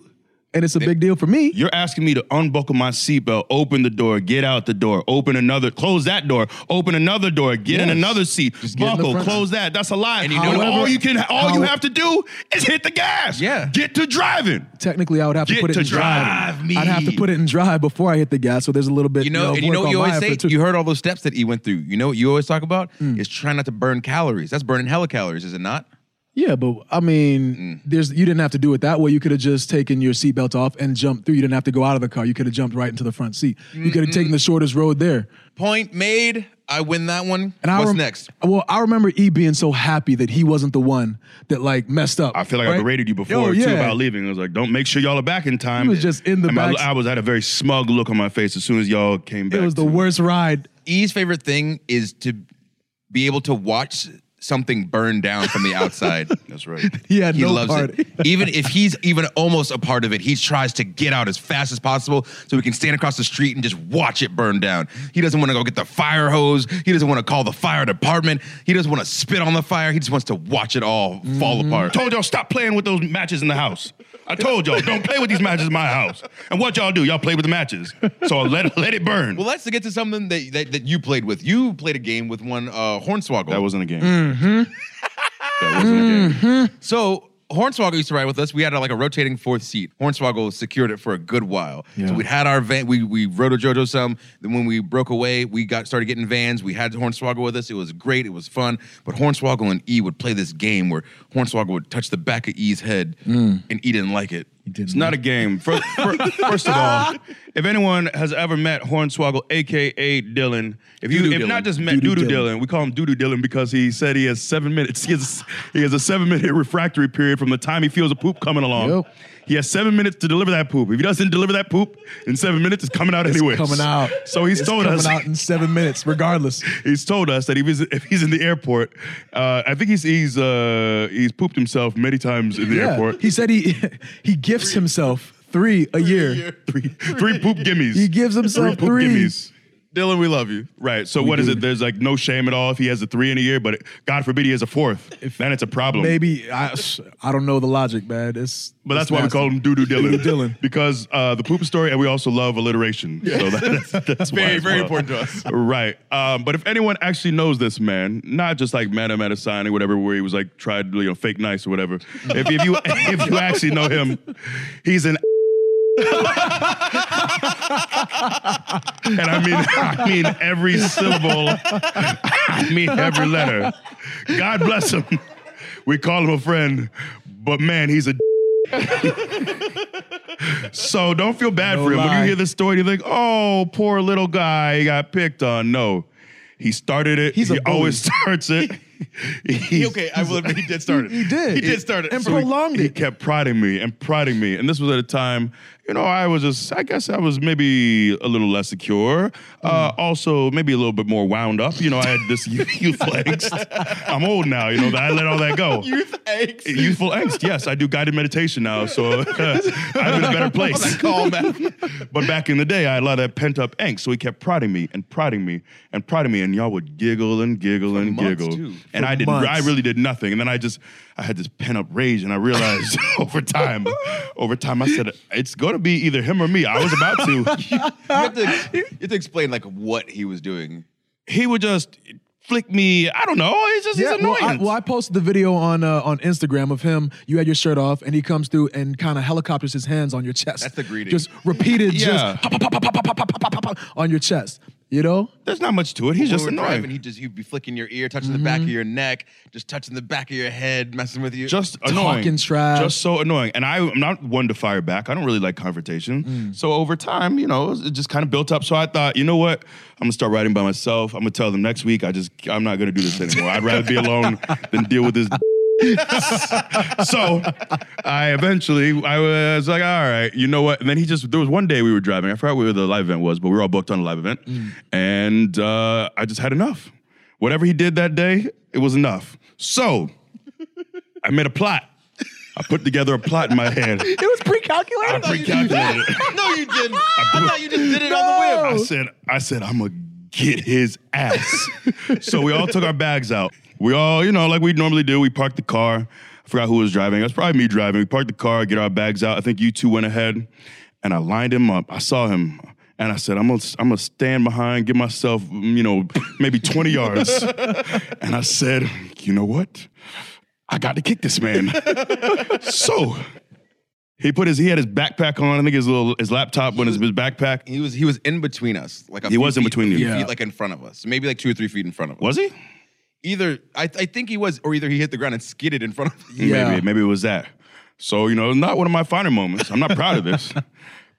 [SPEAKER 5] and it's a big deal for me,
[SPEAKER 3] You're asking me to unbuckle my seatbelt, open the door, get out the door, open another, close that door, open another door, get in
[SPEAKER 5] Yes.
[SPEAKER 3] another seat,
[SPEAKER 5] get in the
[SPEAKER 3] buckle,
[SPEAKER 5] front.
[SPEAKER 3] close that. That's a lie. And
[SPEAKER 4] you know what?
[SPEAKER 3] all you can, all you
[SPEAKER 5] However-
[SPEAKER 3] have to do is hit the gas.
[SPEAKER 4] Yeah.
[SPEAKER 3] Get to driving.
[SPEAKER 5] technically I would have to
[SPEAKER 3] Get
[SPEAKER 5] put it
[SPEAKER 3] to
[SPEAKER 5] in drive.
[SPEAKER 3] drive me.
[SPEAKER 5] I'd have to put it in drive before I hit the gas. So there's a little bit.
[SPEAKER 4] You know,
[SPEAKER 5] of
[SPEAKER 4] and you
[SPEAKER 5] work
[SPEAKER 4] know what
[SPEAKER 5] on
[SPEAKER 4] you
[SPEAKER 5] my
[SPEAKER 4] always say?
[SPEAKER 5] effort, too. Mm.
[SPEAKER 4] You heard all those steps that he went through. You know what you always talk about? Is trying not to burn calories. That's burning hella calories, is it not?
[SPEAKER 5] Yeah, but I mean,
[SPEAKER 4] Mm.
[SPEAKER 5] there's you didn't have to do it that way. You could have just taken your seatbelt off and jumped through. You didn't have to go out of the car. You could have jumped right into the front seat. You could have taken the shortest road there.
[SPEAKER 4] Point made. I win that one.
[SPEAKER 5] And I
[SPEAKER 4] What's
[SPEAKER 5] rem-
[SPEAKER 4] next?
[SPEAKER 5] Well, I remember E being so happy that he wasn't the one that like messed up.
[SPEAKER 3] I feel like I
[SPEAKER 5] right?
[SPEAKER 3] berated you before
[SPEAKER 5] Yo, yeah.
[SPEAKER 3] too about leaving. I was like, "Don't make sure y'all are back in time."
[SPEAKER 5] You was just in the
[SPEAKER 3] And my-
[SPEAKER 5] back-
[SPEAKER 3] I was had a very smug look on my face as soon as y'all came back.
[SPEAKER 5] It was the
[SPEAKER 3] to-
[SPEAKER 5] worst ride.
[SPEAKER 4] E's favorite thing is to be able to watch something burn down from the outside.
[SPEAKER 3] That's right.
[SPEAKER 5] He had
[SPEAKER 4] he
[SPEAKER 5] no
[SPEAKER 4] loves
[SPEAKER 5] part.
[SPEAKER 4] it. Even if he's even almost a part of it, he tries to get out as fast as possible so he can stand across the street and just watch it burn down. He doesn't want to go get the fire hose. He doesn't want to call the fire department. He doesn't want to spit on the fire. He just wants to watch it all
[SPEAKER 5] Mm-hmm.
[SPEAKER 4] fall apart.
[SPEAKER 3] told y'all stop playing with those matches in the house. I told y'all don't play with these matches in my house. And what y'all do? Y'all play with the matches. So I let let it burn.
[SPEAKER 4] Well, let's get to something that, that, that you played with. You played a game with one uh, Hornswoggle.
[SPEAKER 3] that wasn't a game. that wasn't a game.
[SPEAKER 4] So Hornswoggle used to ride with us. We had uh, like a rotating fourth seat. Hornswoggle secured it for a good while. So we had our van. We we rode a JoJo some. Then when we broke away, we got started getting vans. We had Hornswoggle with us. It was great. It was fun. But Hornswoggle and E would play this game where Hornswoggle would touch the back of E's head,
[SPEAKER 3] Mm.
[SPEAKER 4] and E didn't like it.
[SPEAKER 3] It's not a game. First, first of all, if anyone has ever met Hornswoggle, aka Dylan, if you
[SPEAKER 4] Doodoo
[SPEAKER 3] if
[SPEAKER 4] Dylan.
[SPEAKER 3] not just met
[SPEAKER 5] Doodoo
[SPEAKER 3] Doodoo
[SPEAKER 5] Dylan.
[SPEAKER 3] Dylan, we call him Doodoo Dylan because he said he has seven minutes. He has, he has a seven minute refractory period from the time he feels a poop coming along.
[SPEAKER 5] Yep.
[SPEAKER 3] He has seven minutes to deliver that poop. If he doesn't deliver that poop in seven minutes, it's coming out anyway.
[SPEAKER 5] Coming out.
[SPEAKER 3] So he's
[SPEAKER 5] It's
[SPEAKER 3] told
[SPEAKER 5] coming
[SPEAKER 3] us
[SPEAKER 5] out in seven minutes, regardless.
[SPEAKER 3] he's told us that if he's, if he's in the airport, uh, I think he's he's uh, he's pooped himself many times in the
[SPEAKER 5] yeah.
[SPEAKER 3] airport.
[SPEAKER 5] He said he he gifts himself three a year.
[SPEAKER 3] three three poop gimmies.
[SPEAKER 5] He gives himself
[SPEAKER 3] poop
[SPEAKER 5] three.
[SPEAKER 3] gimmies.
[SPEAKER 4] Dylan, we love you.
[SPEAKER 3] Right. So what is it? There's like no shame at all if he has a three in a year, but God forbid he has a fourth. then it's a problem.
[SPEAKER 5] Maybe I I don't know the logic, man. It's
[SPEAKER 3] But that's
[SPEAKER 5] it's
[SPEAKER 3] why we
[SPEAKER 5] nasty.
[SPEAKER 3] call him Doo Doo Dylan.
[SPEAKER 5] Doo Doo Dylan.
[SPEAKER 3] Because uh, the poop story, and we also love alliteration. So that's, that's why
[SPEAKER 4] Very,
[SPEAKER 3] as
[SPEAKER 4] very
[SPEAKER 3] well.
[SPEAKER 4] important to us.
[SPEAKER 3] Right. Um, but if anyone actually knows this man, not just like Madame at a sign or whatever, where he was like tried to, you know, fake nice or whatever. If, if you if you actually know him, he's an and I mean I mean every syllable. I mean every letter. God bless him. We call him a friend, but man, he's a so don't feel bad
[SPEAKER 5] No
[SPEAKER 3] for him. When
[SPEAKER 5] lie.
[SPEAKER 3] you hear this story, you think, oh, poor little guy, he got picked on. No. He started it.
[SPEAKER 5] He's a
[SPEAKER 3] he
[SPEAKER 5] bully.
[SPEAKER 3] always starts it. He's-
[SPEAKER 4] I will admit he did start it.
[SPEAKER 5] He did.
[SPEAKER 4] He did start it.
[SPEAKER 5] And
[SPEAKER 4] So
[SPEAKER 3] he-
[SPEAKER 5] prolonged
[SPEAKER 3] he
[SPEAKER 5] it.
[SPEAKER 3] kept prodding me and prodding me. And this was at a time, you know, I was just, I guess I was maybe a little less secure. Uh, also, maybe a little bit more wound up. You know, I had this youth angst. I'm old now, you know, that I let all that go. Youth angst. Youthful angst, yes. I do guided meditation now, so I'm in a better place.
[SPEAKER 4] Call back.
[SPEAKER 3] But back in the day, I had a lot of pent up angst, so he kept prodding me and prodding me and prodding me, and y'all would giggle and giggle and
[SPEAKER 4] months,
[SPEAKER 3] giggle.
[SPEAKER 4] too.
[SPEAKER 3] And
[SPEAKER 5] For
[SPEAKER 3] I did, not
[SPEAKER 5] months.
[SPEAKER 3] I really did nothing. And then I just, I had this pent up rage, and I realized over time, over time, I said it's gonna be either him or me. I was about to.
[SPEAKER 4] You have, to, you have to explain like what he was doing.
[SPEAKER 3] he would just flick me. I don't know. It's just he's
[SPEAKER 5] well
[SPEAKER 3] annoying.
[SPEAKER 5] I, well, I posted the video on uh, on Instagram of him. You had your shirt off, and he comes through and kind of helicopters his hands on your chest.
[SPEAKER 4] That's the greeting.
[SPEAKER 5] Just repeated,
[SPEAKER 3] Yeah.
[SPEAKER 5] just pop, pop, pop, pop, pop, pop, pop, pop, pop, pop, on your chest. You know,
[SPEAKER 3] There's not much to it. He's
[SPEAKER 4] When
[SPEAKER 3] just
[SPEAKER 4] we were
[SPEAKER 3] annoying. Mm-hmm.
[SPEAKER 4] Driving, he just he'd be flicking your ear, touching the back of your neck, just touching the back of your head, messing with you.
[SPEAKER 3] just annoying.
[SPEAKER 5] Talking trash.
[SPEAKER 3] Just so annoying. And I, I'm not one to fire back. I don't really like confrontation.
[SPEAKER 5] Mm.
[SPEAKER 3] So over time, you know, it just kind of built up. So I thought, you know what? I'm gonna start writing by myself. I'm gonna tell them next week. I just, I'm not gonna do this anymore. I'd rather be alone than deal with this. so I eventually I was like, all right, you know what? And then he just there was one day we were driving. I forgot where the live event was, but we were all booked on a live event,
[SPEAKER 5] Mm.
[SPEAKER 3] and uh, I just had enough. Whatever he did that day, it was enough. So I made a plot. I put together a plot in my head. It was
[SPEAKER 10] Pre-calculated?
[SPEAKER 3] pre-calculated.
[SPEAKER 10] No, you didn't. I thought you just did it on the whim.
[SPEAKER 3] I said, I said, I'm gonna get his ass. so we all took our bags out. We all, you know, like we normally do, we parked the car. I forgot who was driving. That's probably me driving. We parked the car, get our bags out. I think you two went ahead and I lined him up. I saw him and I said, I'm gonna, I'm gonna stand behind, give myself, you know, maybe 20 yards. and I said, you know what? I got to kick this man. so he put his, he had his backpack on. I think his little, his laptop on his, his backpack.
[SPEAKER 4] He was he was in between us, like a
[SPEAKER 3] He
[SPEAKER 4] few
[SPEAKER 3] was in
[SPEAKER 4] feet-
[SPEAKER 3] between you.
[SPEAKER 4] few
[SPEAKER 3] Yeah.
[SPEAKER 4] feet, like in front of us, maybe like two or three feet in front of us.
[SPEAKER 3] Was he?
[SPEAKER 4] Either I, I think he was, or either he hit the ground and skidded in front of.
[SPEAKER 5] Yeah.
[SPEAKER 3] Maybe, maybe it was that. So, you know, it's not one of my finer moments. I'm not proud of this.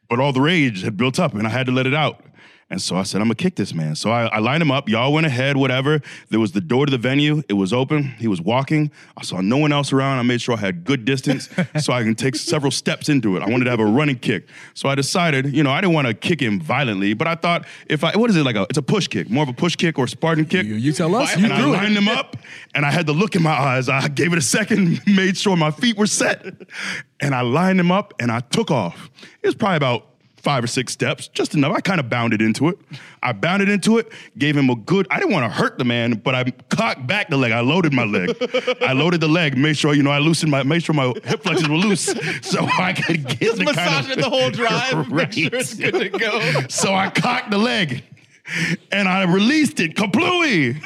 [SPEAKER 3] But all the rage had built up and I had to let it out. And so I said, I'm gonna kick this man. So I, I lined him up. Y'all went ahead, whatever. There was the door to the venue. It was open. He was walking. I saw no one else around. I made sure I had good distance so I can take several steps into it. I wanted to have a running kick. So I decided, you know, I didn't want to kick him violently, but I thought if I, what is it like? A, it's a push kick, more of a push kick or Spartan kick
[SPEAKER 5] You- you tell us, you
[SPEAKER 3] and I
[SPEAKER 5] do it.
[SPEAKER 3] lined them up, and I had the look in my eyes. I gave it a second, made sure my feet were set, and I lined them up, and I took off. It was probably about five or six steps, just enough. I kind of bounded into it. I bounded into it, gave him a good. I didn't want to hurt the man, but I cocked back the leg. I loaded my leg. I loaded the leg, made sure you know I loosened my, made sure my hip flexors were loose, so I could get the kind
[SPEAKER 10] Massage
[SPEAKER 3] of-
[SPEAKER 10] it the whole drive. Make sure
[SPEAKER 3] Right.
[SPEAKER 10] it's good to go.
[SPEAKER 3] So I cocked the leg and I released it kaplooey.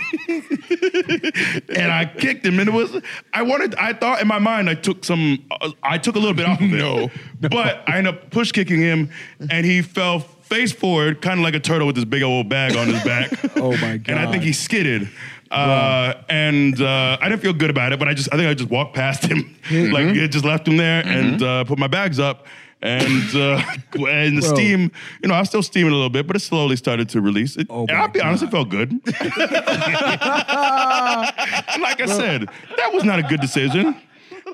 [SPEAKER 3] and I kicked him and it was I wanted I thought in my mind I took some uh, I took a little bit off of it. No. But I ended up push kicking him and he fell face forward kind of like a turtle with this big old bag on his back.
[SPEAKER 5] Oh, my
[SPEAKER 3] And I think
[SPEAKER 5] God.
[SPEAKER 3] he skidded. Uh, and uh, I didn't feel good about it, but I just I think I just walked past him,
[SPEAKER 5] Mm-hmm.
[SPEAKER 3] like it just left him there, and uh, put my bags up, and uh, and the
[SPEAKER 5] Bro.
[SPEAKER 3] steam, you know, I was still steaming a little bit, but it slowly started to release. It,
[SPEAKER 5] Oh
[SPEAKER 3] and
[SPEAKER 5] my
[SPEAKER 3] I'll be honest, it felt good. like I said, that was not a good decision.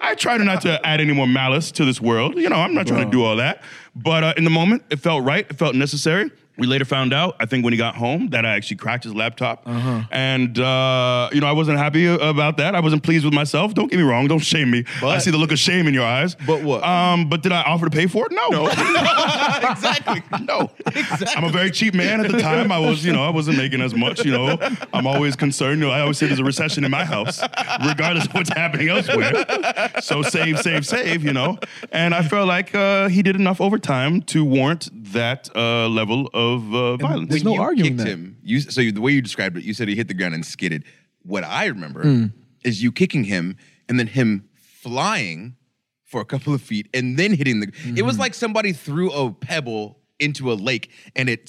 [SPEAKER 3] I tried not to add any more malice to this world. You know, I'm not trying to do all that. But uh, in the moment, it felt right. It felt necessary. We later found out, I think when he got home, that I actually cracked his laptop.
[SPEAKER 4] Uh-huh.
[SPEAKER 3] And, uh, you know, I wasn't happy about that. I wasn't pleased with myself. Don't get me wrong. Don't shame me. I
[SPEAKER 4] But-
[SPEAKER 3] see the look of shame in your eyes.
[SPEAKER 4] But what?
[SPEAKER 3] Um, but did I offer to pay for it? no.
[SPEAKER 10] exactly.
[SPEAKER 3] No. I'm a very cheap man at the time. I was, you know, I wasn't making as much, you know. I'm always concerned. You know, I always say there's a recession in my house, regardless of what's happening elsewhere. So save, save, save, you know. And I felt like uh, he did enough overtime to warrant that uh, level of uh, violence.
[SPEAKER 5] there's no
[SPEAKER 4] you
[SPEAKER 5] arguing
[SPEAKER 4] kicked
[SPEAKER 5] that.
[SPEAKER 4] him. You so you, the way you described it, you said he hit the ground and skidded. What I remember
[SPEAKER 5] Hmm.
[SPEAKER 4] is you kicking him and then him flying for a couple of feet and then hitting the. It
[SPEAKER 5] Hmm.
[SPEAKER 4] was like somebody threw a pebble into a lake and it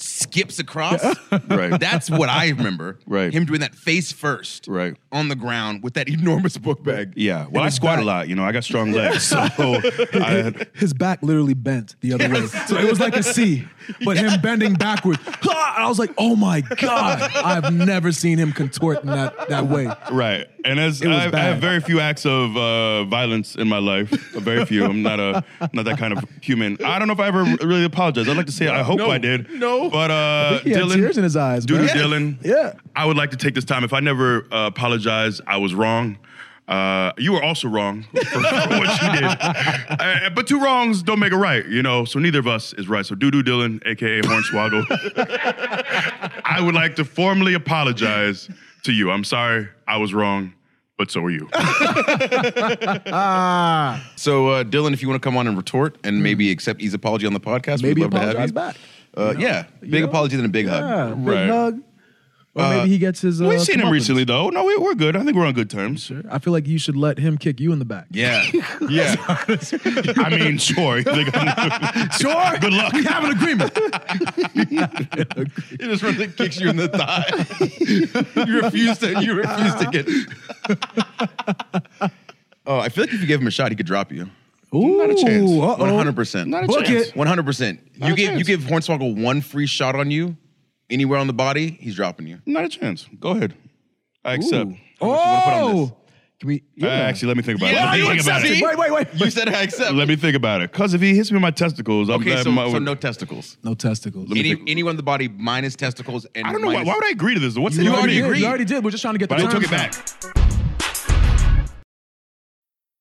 [SPEAKER 4] skips across.
[SPEAKER 3] Right.
[SPEAKER 4] That's what I remember.
[SPEAKER 3] Right.
[SPEAKER 4] Him doing that face first.
[SPEAKER 3] Right.
[SPEAKER 4] On the ground with that enormous book bag.
[SPEAKER 3] yeah, well, I squat a lot, you know. I got strong legs, so I had,
[SPEAKER 5] His back literally bent the other way. So it was like a C, but him bending backward. Ah, I was like, oh my God. I've never seen him contort in that, that way.
[SPEAKER 3] Right. And as
[SPEAKER 5] was
[SPEAKER 3] I, I have
[SPEAKER 5] bad.
[SPEAKER 3] very few acts of uh, violence in my life, very few. I'm not a not that kind of human. I don't know if I ever really apologized. I'd like to say I hope
[SPEAKER 4] No.
[SPEAKER 3] I did.
[SPEAKER 4] No.
[SPEAKER 3] But uh,
[SPEAKER 5] He had
[SPEAKER 3] Dylan,
[SPEAKER 5] tears in his eyes,
[SPEAKER 3] due
[SPEAKER 5] man.
[SPEAKER 3] to Dylan,
[SPEAKER 5] Yeah.
[SPEAKER 3] I would like to take this time. If I never uh, apologize, I was wrong. Uh, you were also wrong for, for what you did. Uh, but two wrongs don't make a right, you know. So neither of us is right. So doo doo Dylan, aka Hornswoggle. I would like to formally apologize to you. I'm sorry I was wrong, but so are you.
[SPEAKER 4] So uh, Dylan, if you want to come on and retort and maybe accept E's apology on the podcast,
[SPEAKER 5] Hmm. Maybe
[SPEAKER 4] we'd love to
[SPEAKER 5] apologize
[SPEAKER 4] have you.
[SPEAKER 5] back.
[SPEAKER 4] Uh, yeah, big apology than a big
[SPEAKER 5] Yeah,
[SPEAKER 4] hug.
[SPEAKER 5] big
[SPEAKER 3] Uh, Right.
[SPEAKER 5] hug. Or maybe he gets his. Uh,
[SPEAKER 3] We've seen him
[SPEAKER 5] comeuppance.
[SPEAKER 3] recently, though. No, we, we're good. I think we're on good terms.
[SPEAKER 5] I feel like you should let him kick you in the back.
[SPEAKER 4] Yeah, yeah.
[SPEAKER 3] I mean, sure. Like,
[SPEAKER 5] Sure.
[SPEAKER 3] good luck.
[SPEAKER 5] We have an agreement.
[SPEAKER 4] He just really kicks you in the thigh. you refuse to. You refuse to get. oh, I feel like if you gave him a shot, he could drop you.
[SPEAKER 5] Ooh,
[SPEAKER 3] Not a chance.
[SPEAKER 5] uh-oh.
[SPEAKER 4] One hundred percent.
[SPEAKER 3] Not a
[SPEAKER 5] Book
[SPEAKER 3] chance.
[SPEAKER 5] it.
[SPEAKER 4] One hundred percent. You
[SPEAKER 3] a
[SPEAKER 4] give you
[SPEAKER 3] chance.
[SPEAKER 4] give Hornswoggle one free shot on you, anywhere on the body, he's dropping you.
[SPEAKER 3] Not a chance. Go ahead. I accept.
[SPEAKER 5] Oh, Can we?
[SPEAKER 3] Uh, actually, let me think about
[SPEAKER 10] Yeah,
[SPEAKER 3] it.
[SPEAKER 10] you
[SPEAKER 3] Let me think about
[SPEAKER 10] accept
[SPEAKER 3] it.
[SPEAKER 10] it.
[SPEAKER 5] Wait, wait, wait.
[SPEAKER 10] You said I accept.
[SPEAKER 3] Let me think about it. Because if he hits me with my testicles, I'm
[SPEAKER 4] Okay,
[SPEAKER 3] glad
[SPEAKER 4] so,
[SPEAKER 3] my,
[SPEAKER 4] so no testicles.
[SPEAKER 5] No testicles.
[SPEAKER 4] Any, anyone in the body minus testicles and
[SPEAKER 3] I don't know. Why,
[SPEAKER 4] minus-
[SPEAKER 3] why would I agree to this? What's
[SPEAKER 5] you,
[SPEAKER 3] the
[SPEAKER 5] already
[SPEAKER 3] argument?
[SPEAKER 5] did. You already did. We're just trying to get
[SPEAKER 3] But
[SPEAKER 5] the
[SPEAKER 3] I took
[SPEAKER 5] terms
[SPEAKER 3] it back.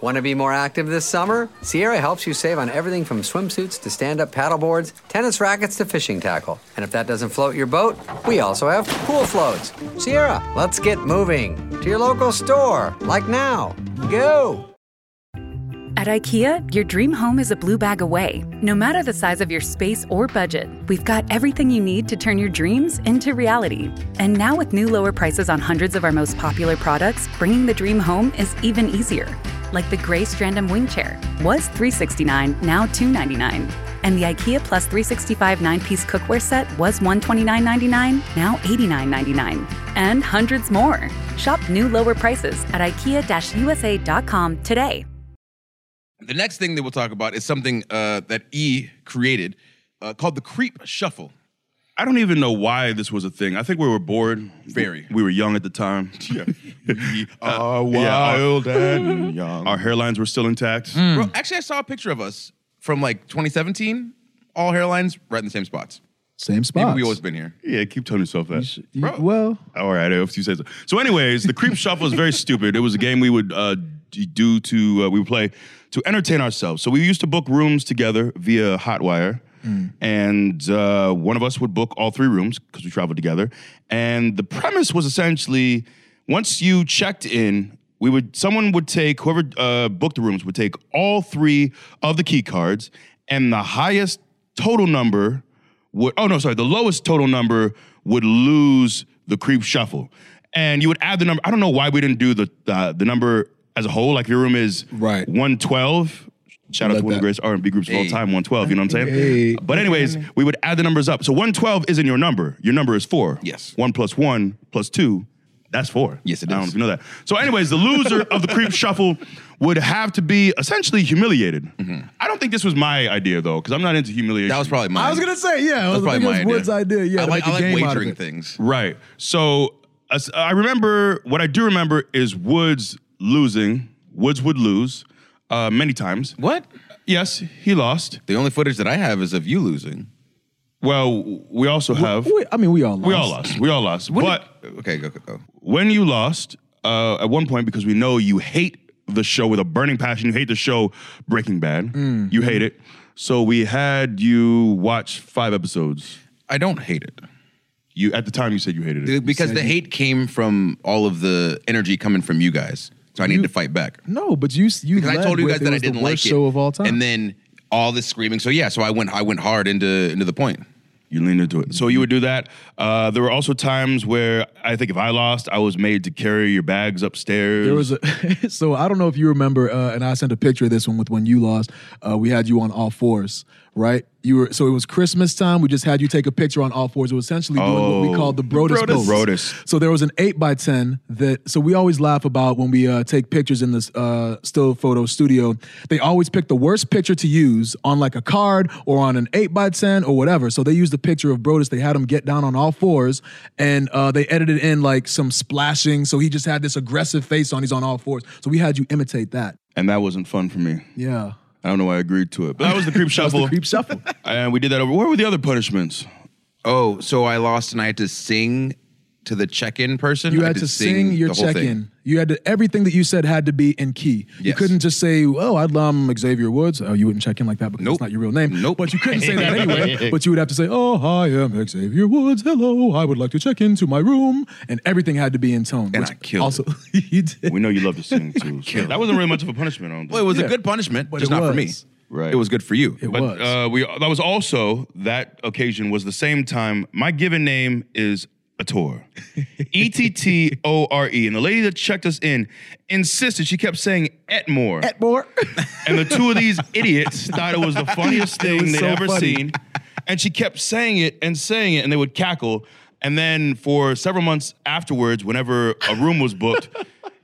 [SPEAKER 11] Want to be more active this summer? Sierra helps you save on everything from swimsuits to stand up paddleboards, tennis rackets to fishing tackle. And if that doesn't float your boat, we also have pool floats. Sierra, let's get moving to your local store, like now. Go!
[SPEAKER 12] At IKEA, your dream home is a blue bag away. No matter the size of your space or budget, we've got everything you need to turn your dreams into reality. And now, with new lower prices on hundreds of our most popular products, bringing the dream home is even easier. Like the gray Strandom wing chair was $369, now $299. And the IKEA Plus 365 nine piece cookware set was $129.99, now $89.99. And hundreds more. Shop new lower prices at ikea usa.com today.
[SPEAKER 4] The next thing that we'll talk about is something uh, that E created uh, called the creep shuffle.
[SPEAKER 3] I don't even know why this was a thing. I think we were bored.
[SPEAKER 4] Very.
[SPEAKER 3] We were young at the time. Yeah.
[SPEAKER 4] are
[SPEAKER 3] wild
[SPEAKER 4] and young. Mm.
[SPEAKER 3] Our hairlines were still intact.
[SPEAKER 5] Hmm.
[SPEAKER 4] Bro, actually, I saw a picture of us from like 2017. All hairlines right in the same spots.
[SPEAKER 5] Same
[SPEAKER 4] Maybe
[SPEAKER 5] spot.
[SPEAKER 4] we always been here.
[SPEAKER 3] Yeah, keep telling yourself that.
[SPEAKER 5] well,
[SPEAKER 3] All right, if you say so. So, anyways, the creep shuffle is very stupid. It was a game we would uh, d- do to uh, we would play to entertain ourselves. So we used to book rooms together via Hotwire, and uh, one of us would book all three rooms because we traveled together. And the premise was essentially once you checked in. We would someone would take whoever uh, booked the rooms would take all three of the key cards, and the highest total number would oh no sorry the lowest total number would lose the creep shuffle and you would add the number i don't know why we didn't do the uh, the number as a whole like your room is
[SPEAKER 5] Right.
[SPEAKER 3] 112 shout out
[SPEAKER 5] Like
[SPEAKER 3] to one
[SPEAKER 5] that.
[SPEAKER 3] of the greatest r&b groups of all
[SPEAKER 4] Hey.
[SPEAKER 3] time 112 you know what i'm saying
[SPEAKER 5] Hey.
[SPEAKER 3] but anyways we would add the numbers up so 112 isn't your number your number is four
[SPEAKER 4] Yes.
[SPEAKER 3] one plus one plus two that's four
[SPEAKER 4] Yes, it
[SPEAKER 3] i don't know
[SPEAKER 4] is.
[SPEAKER 3] if you know that so anyways the loser of the creep shuffle would have to be essentially humiliated i don't think this was my idea though because i'm not into humiliation
[SPEAKER 4] Mm-hmm. That was probably mine.
[SPEAKER 5] I was gonna say yeah. I
[SPEAKER 4] That's
[SPEAKER 5] was
[SPEAKER 4] probably
[SPEAKER 5] thinking
[SPEAKER 4] my
[SPEAKER 5] it was Wood's idea. Yeah,
[SPEAKER 4] I
[SPEAKER 5] to
[SPEAKER 4] like,
[SPEAKER 5] make
[SPEAKER 4] I
[SPEAKER 5] a
[SPEAKER 4] like
[SPEAKER 5] game out of
[SPEAKER 4] wagering
[SPEAKER 5] it.
[SPEAKER 4] things.
[SPEAKER 3] Right. So as- I remember what I do remember is Woods losing. Woods would lose uh, many times.
[SPEAKER 4] What?
[SPEAKER 3] Yes, he lost.
[SPEAKER 4] The only footage that I have is of you losing.
[SPEAKER 3] Well, we also have.
[SPEAKER 5] We, I mean, we all lost.
[SPEAKER 3] We all lost. We all lost. but
[SPEAKER 4] Okay, go, go, go.
[SPEAKER 3] when you lost, uh, at one point, because we know you hate the show with a burning passion, you hate the show Breaking Bad. You hate it. So we had you watch five episodes.
[SPEAKER 4] I don't hate it.
[SPEAKER 3] You at the time you said you hated it.
[SPEAKER 4] Because the hate came from all of the energy coming from you guys. So I needed to fight back.
[SPEAKER 5] No, but you you
[SPEAKER 4] Because I
[SPEAKER 5] led
[SPEAKER 4] told you
[SPEAKER 5] with
[SPEAKER 4] guys
[SPEAKER 5] it
[SPEAKER 4] that I
[SPEAKER 5] was the
[SPEAKER 4] didn't
[SPEAKER 5] worst
[SPEAKER 4] like it.
[SPEAKER 5] show of all time.
[SPEAKER 4] And then all this screaming. So yeah, so I went I went hard into into the point.
[SPEAKER 3] You leaned into it. So you would do
[SPEAKER 4] Mm-hmm.
[SPEAKER 3] that. Uh, there were also times where I think if I lost, I was made to carry your bags upstairs.
[SPEAKER 5] There was a so I don't know if you remember, uh, and I sent a picture of this one with when you lost. Uh, we had you on all fours, right? You were so it was Christmas time. We just had you take a picture on all fours. It was essentially doing what
[SPEAKER 3] Oh,
[SPEAKER 5] we called the Brodus,
[SPEAKER 3] Brodus.
[SPEAKER 5] pose.
[SPEAKER 3] Brodus.
[SPEAKER 5] So there was an eight by ten that. So we always laugh about when we uh, take pictures in this uh, still photo studio. They always pick the worst picture to use on like a card or on an eight by ten or whatever. So they used the picture of Brodus. They had him get down on all fours and uh, they edited in like some splashing. So he just had this aggressive face on. He's on all fours. So we had you imitate that.
[SPEAKER 3] and that wasn't fun for me.
[SPEAKER 5] Yeah.
[SPEAKER 3] I don't know why I agreed to it. But that was the creep
[SPEAKER 5] That was
[SPEAKER 3] shuffle.
[SPEAKER 5] the creep shuffle.
[SPEAKER 3] and we did that over. Where were the other punishments?
[SPEAKER 4] Oh, so I lost and I had to sing to the check-in person.
[SPEAKER 5] You
[SPEAKER 4] I
[SPEAKER 5] had to sing your
[SPEAKER 4] the whole
[SPEAKER 5] check
[SPEAKER 4] thing.
[SPEAKER 5] in. You had to, everything that you said had to be in key. You
[SPEAKER 4] Yes.
[SPEAKER 5] couldn't just say, "Oh, I'd um Xavier Woods." Oh, you wouldn't check in like that because
[SPEAKER 4] Nope.
[SPEAKER 5] it's not your real name.
[SPEAKER 4] Nope.
[SPEAKER 5] But you couldn't say that anyway. But you would have to say, "Oh, I am Xavier Woods. Hello, I would like to check into my room," and everything had to be in tone.
[SPEAKER 4] And
[SPEAKER 5] which
[SPEAKER 4] I killed
[SPEAKER 5] Also, you did.
[SPEAKER 3] We know you love to sing too. so that wasn't really much of a punishment. I don't think.
[SPEAKER 4] Well, it was
[SPEAKER 5] Yeah.
[SPEAKER 4] a good punishment,
[SPEAKER 5] But
[SPEAKER 4] just
[SPEAKER 5] it
[SPEAKER 4] not for me.
[SPEAKER 5] was.
[SPEAKER 3] Right.
[SPEAKER 4] It was good for you.
[SPEAKER 5] It
[SPEAKER 3] but
[SPEAKER 5] was.
[SPEAKER 4] uh,
[SPEAKER 3] Uh, we that was also that occasion was the same time. My given name is a Ettor. E T T O R E. And the lady that checked us in insisted she kept saying Etmore.
[SPEAKER 8] More.
[SPEAKER 3] And the two of these idiots thought it was the funniest
[SPEAKER 10] It
[SPEAKER 3] thing
[SPEAKER 10] was
[SPEAKER 3] they'd
[SPEAKER 10] so
[SPEAKER 3] ever
[SPEAKER 10] funny.
[SPEAKER 3] seen. And she kept saying it and saying it, and they would cackle. And then for several months afterwards, whenever a room was booked,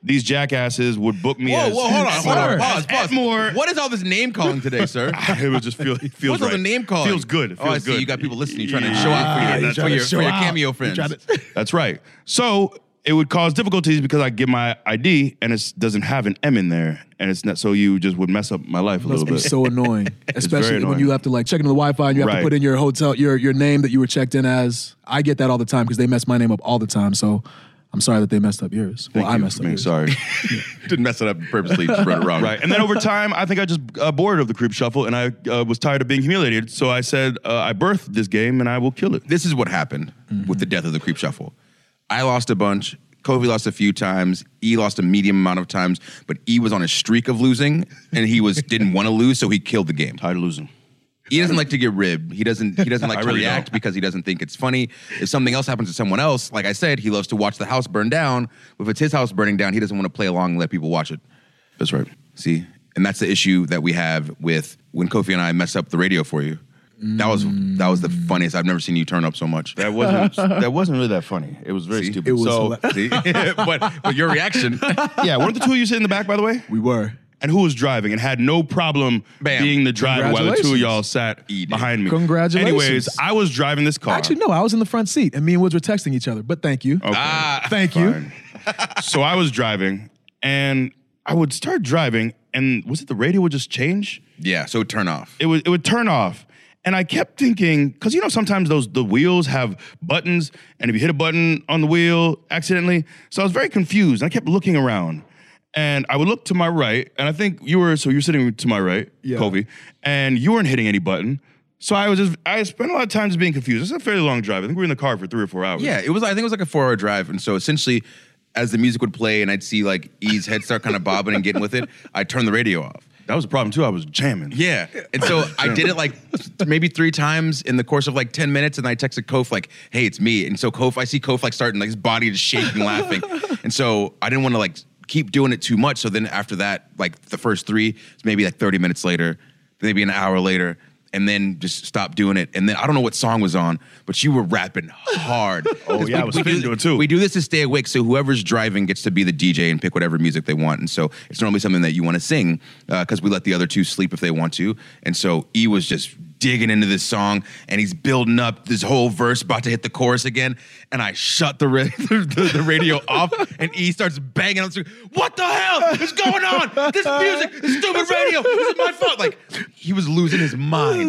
[SPEAKER 3] these jackasses would book me
[SPEAKER 4] Whoa,
[SPEAKER 3] as.
[SPEAKER 4] whoa, hold on, hold on,
[SPEAKER 3] Sir.
[SPEAKER 4] pause, pause. What is all this name calling today, sir?
[SPEAKER 3] it was just feel, feels
[SPEAKER 4] What's all the
[SPEAKER 3] right.
[SPEAKER 4] name calling?
[SPEAKER 3] Feels good. It
[SPEAKER 4] oh, I
[SPEAKER 3] feels
[SPEAKER 4] see.
[SPEAKER 3] good.
[SPEAKER 4] You got people listening. You're trying to show out for
[SPEAKER 3] Yeah,
[SPEAKER 4] your,
[SPEAKER 3] you're
[SPEAKER 4] that's
[SPEAKER 3] trying
[SPEAKER 4] for
[SPEAKER 3] to
[SPEAKER 4] your,
[SPEAKER 3] show
[SPEAKER 4] for your
[SPEAKER 3] out.
[SPEAKER 4] cameo
[SPEAKER 3] You're
[SPEAKER 4] friends.
[SPEAKER 3] trying That's right. So it would cause difficulties because I get my ID and it doesn't have an M in there, and it's not. So you just would mess up my life a
[SPEAKER 5] Must
[SPEAKER 3] little
[SPEAKER 5] be
[SPEAKER 3] bit.
[SPEAKER 5] so annoying,
[SPEAKER 3] It's very
[SPEAKER 5] especially when
[SPEAKER 3] annoying.
[SPEAKER 5] you have to like check into the Wi-Fi and you have
[SPEAKER 3] Right.
[SPEAKER 5] to put in your hotel your your name that you were checked in as. I get that all the time because they mess my name up all the time. So I'm sorry that they messed up yours. well, I messed up. yours.
[SPEAKER 3] Sorry.
[SPEAKER 4] Didn't mess it up purposely. Just wrote it wrong.
[SPEAKER 3] Right. And then over time, I think I just uh, bored of the creep shuffle and I uh, was tired of being humiliated. So I said, uh, I birthed this game and I will kill it.
[SPEAKER 4] This is what happened with the death of the creep shuffle. I lost a bunch. Kobe lost a few times. E lost a medium amount of times, but E was on a streak of losing, and he was didn't want to lose, so he killed the game.
[SPEAKER 3] Tired of losing.
[SPEAKER 4] He doesn't like to get ribbed. He doesn't. He doesn't like
[SPEAKER 3] I
[SPEAKER 4] to
[SPEAKER 3] really
[SPEAKER 4] react because he doesn't think it's funny. If something else happens to someone else, like I said, he loves to watch the house burn down. If it's his house burning down, he doesn't want to play along and let people watch it.
[SPEAKER 3] That's right.
[SPEAKER 4] See, and that's the issue that we have with when Kofi and I mess up the radio for you. That was that was the funniest. I've never seen you turn up so much.
[SPEAKER 3] That wasn't that wasn't really that funny. It was very stupid.
[SPEAKER 4] it was
[SPEAKER 3] so,
[SPEAKER 4] hilarious. but, but your reaction.
[SPEAKER 3] yeah, weren't the two of you sitting in the back, by the way?
[SPEAKER 5] We were.
[SPEAKER 3] And who was driving and had no problem being the driver while the two of
[SPEAKER 5] Congratulations.
[SPEAKER 3] y'all sat behind me.
[SPEAKER 5] Congratulations.
[SPEAKER 3] Anyways, I was driving this car.
[SPEAKER 5] Actually, no, I was in the front seat and me and Woods were texting each other. But thank you.
[SPEAKER 3] Ah,
[SPEAKER 5] thank you.
[SPEAKER 3] so I was driving and I would start driving and was it the radio would just change?
[SPEAKER 4] Yeah, so turn off.
[SPEAKER 3] It would it would turn off. And I kept thinking, because you know sometimes those the wheels have buttons, and if you hit a button on the wheel accidentally, so I was very confused. I kept looking around, and I would look to my right, and I think you were so you were sitting to my right,
[SPEAKER 5] Yeah.
[SPEAKER 3] Kobe, and you weren't hitting any button. So I was just I spent a lot of time just being confused. It's a fairly long drive. I think we were in the car for three or four hours.
[SPEAKER 4] Yeah, it was. I think it was like a four-hour drive, and so essentially, as the music would play, and I'd see like E's head start kind of bobbing and getting with it, I would turn the radio off.
[SPEAKER 3] That was a problem too. I was jamming.
[SPEAKER 4] Yeah, and so I did it like maybe three times in the course of like ten minutes, and I texted Kof like, "Hey, it's me." And so Kof, I see Kof like starting like his body to shake and laughing, and so I didn't want to like keep doing it too much. So then after that, like the first three, it's maybe like thirty minutes later, maybe an hour later. And then just stop doing it. And then I don't know what song was on, but you were rapping hard.
[SPEAKER 3] Oh, yeah, I was spinning
[SPEAKER 4] do,
[SPEAKER 3] to it, too.
[SPEAKER 4] We do this to stay awake, so whoever's driving gets to be the DJ and pick whatever music they want. And so it's normally something that you want to sing because we let the other two sleep if they want to. And so E was just digging into this song and he's building up this whole verse, about to hit the chorus again. And I shut the, ra- the, the radio off and E starts banging on the screen. What the hell is going on? This music, this stupid radio, this is my fault. Like he was losing his
[SPEAKER 5] It
[SPEAKER 4] mind.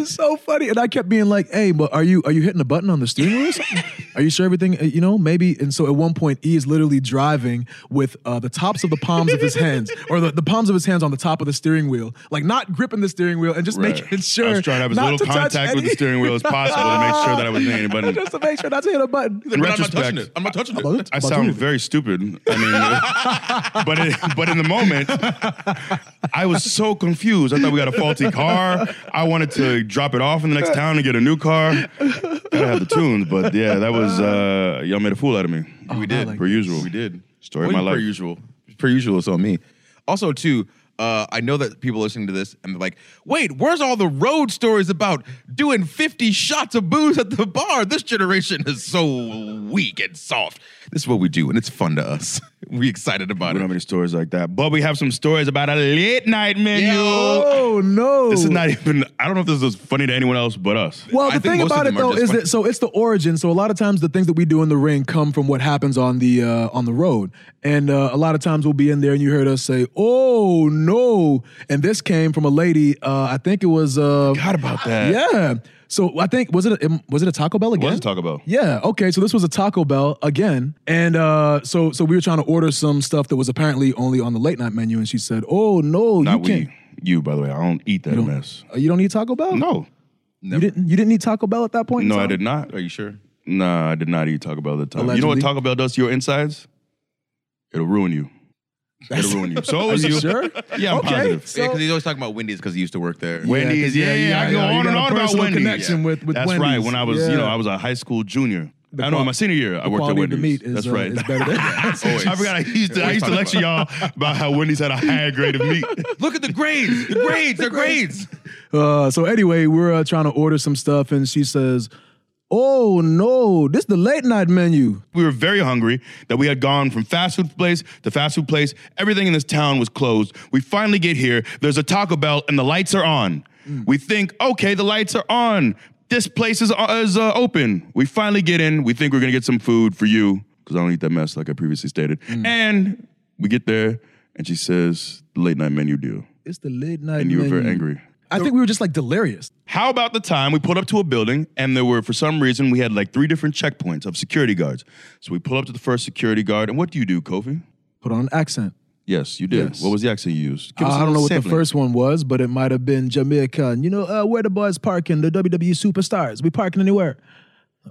[SPEAKER 5] was so funny, and I kept being like, "Hey, but are you are you hitting a button on the steering wheel? Or something? are you sure everything? uh, You know, maybe." And so at one point, E is literally driving with uh, the tops of the palms of his hands, or the, the palms of his hands on the top of the steering wheel, like not gripping the steering wheel and just
[SPEAKER 3] Right.
[SPEAKER 5] making sure
[SPEAKER 3] I was trying to have as
[SPEAKER 5] not
[SPEAKER 3] little
[SPEAKER 5] to touch
[SPEAKER 3] contact with the
[SPEAKER 5] any-
[SPEAKER 3] steering wheel as possible to make sure that I was hitting any button.
[SPEAKER 5] just to make sure not to hit a button.
[SPEAKER 3] In retrospect,
[SPEAKER 4] I'm not touching it.
[SPEAKER 3] I sound very stupid. I mean, but it, but in the moment, I was so confused. I thought we got a faulty car. I wanted to drop it off in the next town and get a new car. Gotta have the tunes, but yeah, that was uh, y'all made a fool out of me.
[SPEAKER 5] Oh,
[SPEAKER 3] we did, per usual. We
[SPEAKER 4] did.
[SPEAKER 3] Story of my
[SPEAKER 4] Wasn't
[SPEAKER 3] life.
[SPEAKER 4] Per usual. Per usual, it's on me. Also, too, uh, I know that people listening to this and they're like, wait, where's all the road stories about doing 50 shots of booze at the bar? This generation is so weak and soft. This is what we do, and it's fun to us. we excited about
[SPEAKER 3] We don't have any stories like that, but we have some stories about a late night menu.
[SPEAKER 5] Oh no!
[SPEAKER 3] This is not even. I don't know if this is funny to anyone else but us.
[SPEAKER 5] Well, the thing about it though is that so it's the origin. So a lot of times the things that we do in the ring come from what happens on the uh, on the road, and uh, a lot of times we'll be in there and you heard us say, "Oh no!" And this came from a lady. Uh, I think it was. Uh,
[SPEAKER 3] God about that.
[SPEAKER 5] Yeah. So I think was it a, was it a Taco Bell again?
[SPEAKER 3] What is Taco Bell?
[SPEAKER 5] Yeah. Okay. So this was a Taco Bell again, and uh, so so we were trying to order some stuff that was apparently only on the late night menu, and she said, "Oh no,
[SPEAKER 3] Not
[SPEAKER 5] you can't.
[SPEAKER 3] we. You, by the way, I don't eat that mess.
[SPEAKER 5] Uh, You don't need Taco Bell.
[SPEAKER 3] No,
[SPEAKER 5] you didn't. You didn't need Taco Bell at that point. in
[SPEAKER 3] No, I
[SPEAKER 5] time?
[SPEAKER 3] did not.
[SPEAKER 4] Are you sure?
[SPEAKER 3] Nah, I did not eat Taco Bell at the time. You know what
[SPEAKER 5] Allegedly.
[SPEAKER 3] Taco Bell does to your insides? It'll ruin you. It'll ruin you. So it
[SPEAKER 5] Are
[SPEAKER 3] was
[SPEAKER 5] you
[SPEAKER 3] you.
[SPEAKER 5] sure?
[SPEAKER 3] Yeah, I'm
[SPEAKER 5] Okay.
[SPEAKER 3] positive.
[SPEAKER 5] So-
[SPEAKER 4] yeah, because he's always talking about Wendy's because he used to work there.
[SPEAKER 3] Wendy's, yeah, yeah, I go
[SPEAKER 5] you
[SPEAKER 3] on
[SPEAKER 5] got
[SPEAKER 3] and
[SPEAKER 5] a
[SPEAKER 3] on about
[SPEAKER 5] personal
[SPEAKER 3] Wendy's.
[SPEAKER 5] connection with- with
[SPEAKER 3] That's right.
[SPEAKER 5] Wendy's.
[SPEAKER 3] When I was, you
[SPEAKER 5] Yeah.
[SPEAKER 3] know, I was a high school junior.
[SPEAKER 5] the
[SPEAKER 3] I know.
[SPEAKER 5] qual-
[SPEAKER 3] In my senior year, I
[SPEAKER 5] the
[SPEAKER 3] worked at
[SPEAKER 5] quality of
[SPEAKER 3] Wendy's.
[SPEAKER 5] the meat is,
[SPEAKER 3] That's
[SPEAKER 5] uh,
[SPEAKER 3] right.
[SPEAKER 5] is better than-
[SPEAKER 3] I forgot. I used to. I used to lecture y'all about how Wendy's had a higher grade of meat.
[SPEAKER 4] Look at the grades. The grades. They're grades.
[SPEAKER 5] Uh, so anyway, we're uh, trying to order some stuff, and she says, "Oh no, this the late night menu."
[SPEAKER 3] We were very hungry that we had gone from fast food place to fast food place. Everything in this town was closed. We finally get here. There's a Taco Bell and the lights are on. We think, okay, the lights are on. This place is, is uh, open. We finally get in. We think we're going to get some food for you because I don't eat that mess like I previously stated. And we get there and she says, the late night menu deal.
[SPEAKER 5] It's the late night
[SPEAKER 3] And you were
[SPEAKER 5] menu.
[SPEAKER 3] very angry.
[SPEAKER 5] I think we were just like delirious.
[SPEAKER 3] How about the time we pulled up to a building and there were, for some reason, we had like three different checkpoints of security guards. So we pull up to the first security guard, and what do you do, Kofi?
[SPEAKER 5] Put on an accent.
[SPEAKER 3] Yes, you did.
[SPEAKER 5] Yes.
[SPEAKER 3] What was the accent you used? Give
[SPEAKER 5] Uh,
[SPEAKER 3] us
[SPEAKER 5] I
[SPEAKER 3] a
[SPEAKER 5] don't know
[SPEAKER 3] little
[SPEAKER 5] what the
[SPEAKER 3] sampling.
[SPEAKER 5] first one was, but it might have been Jamaican. You know, uh, where the boys parking, the WWE superstars. We parking anywhere.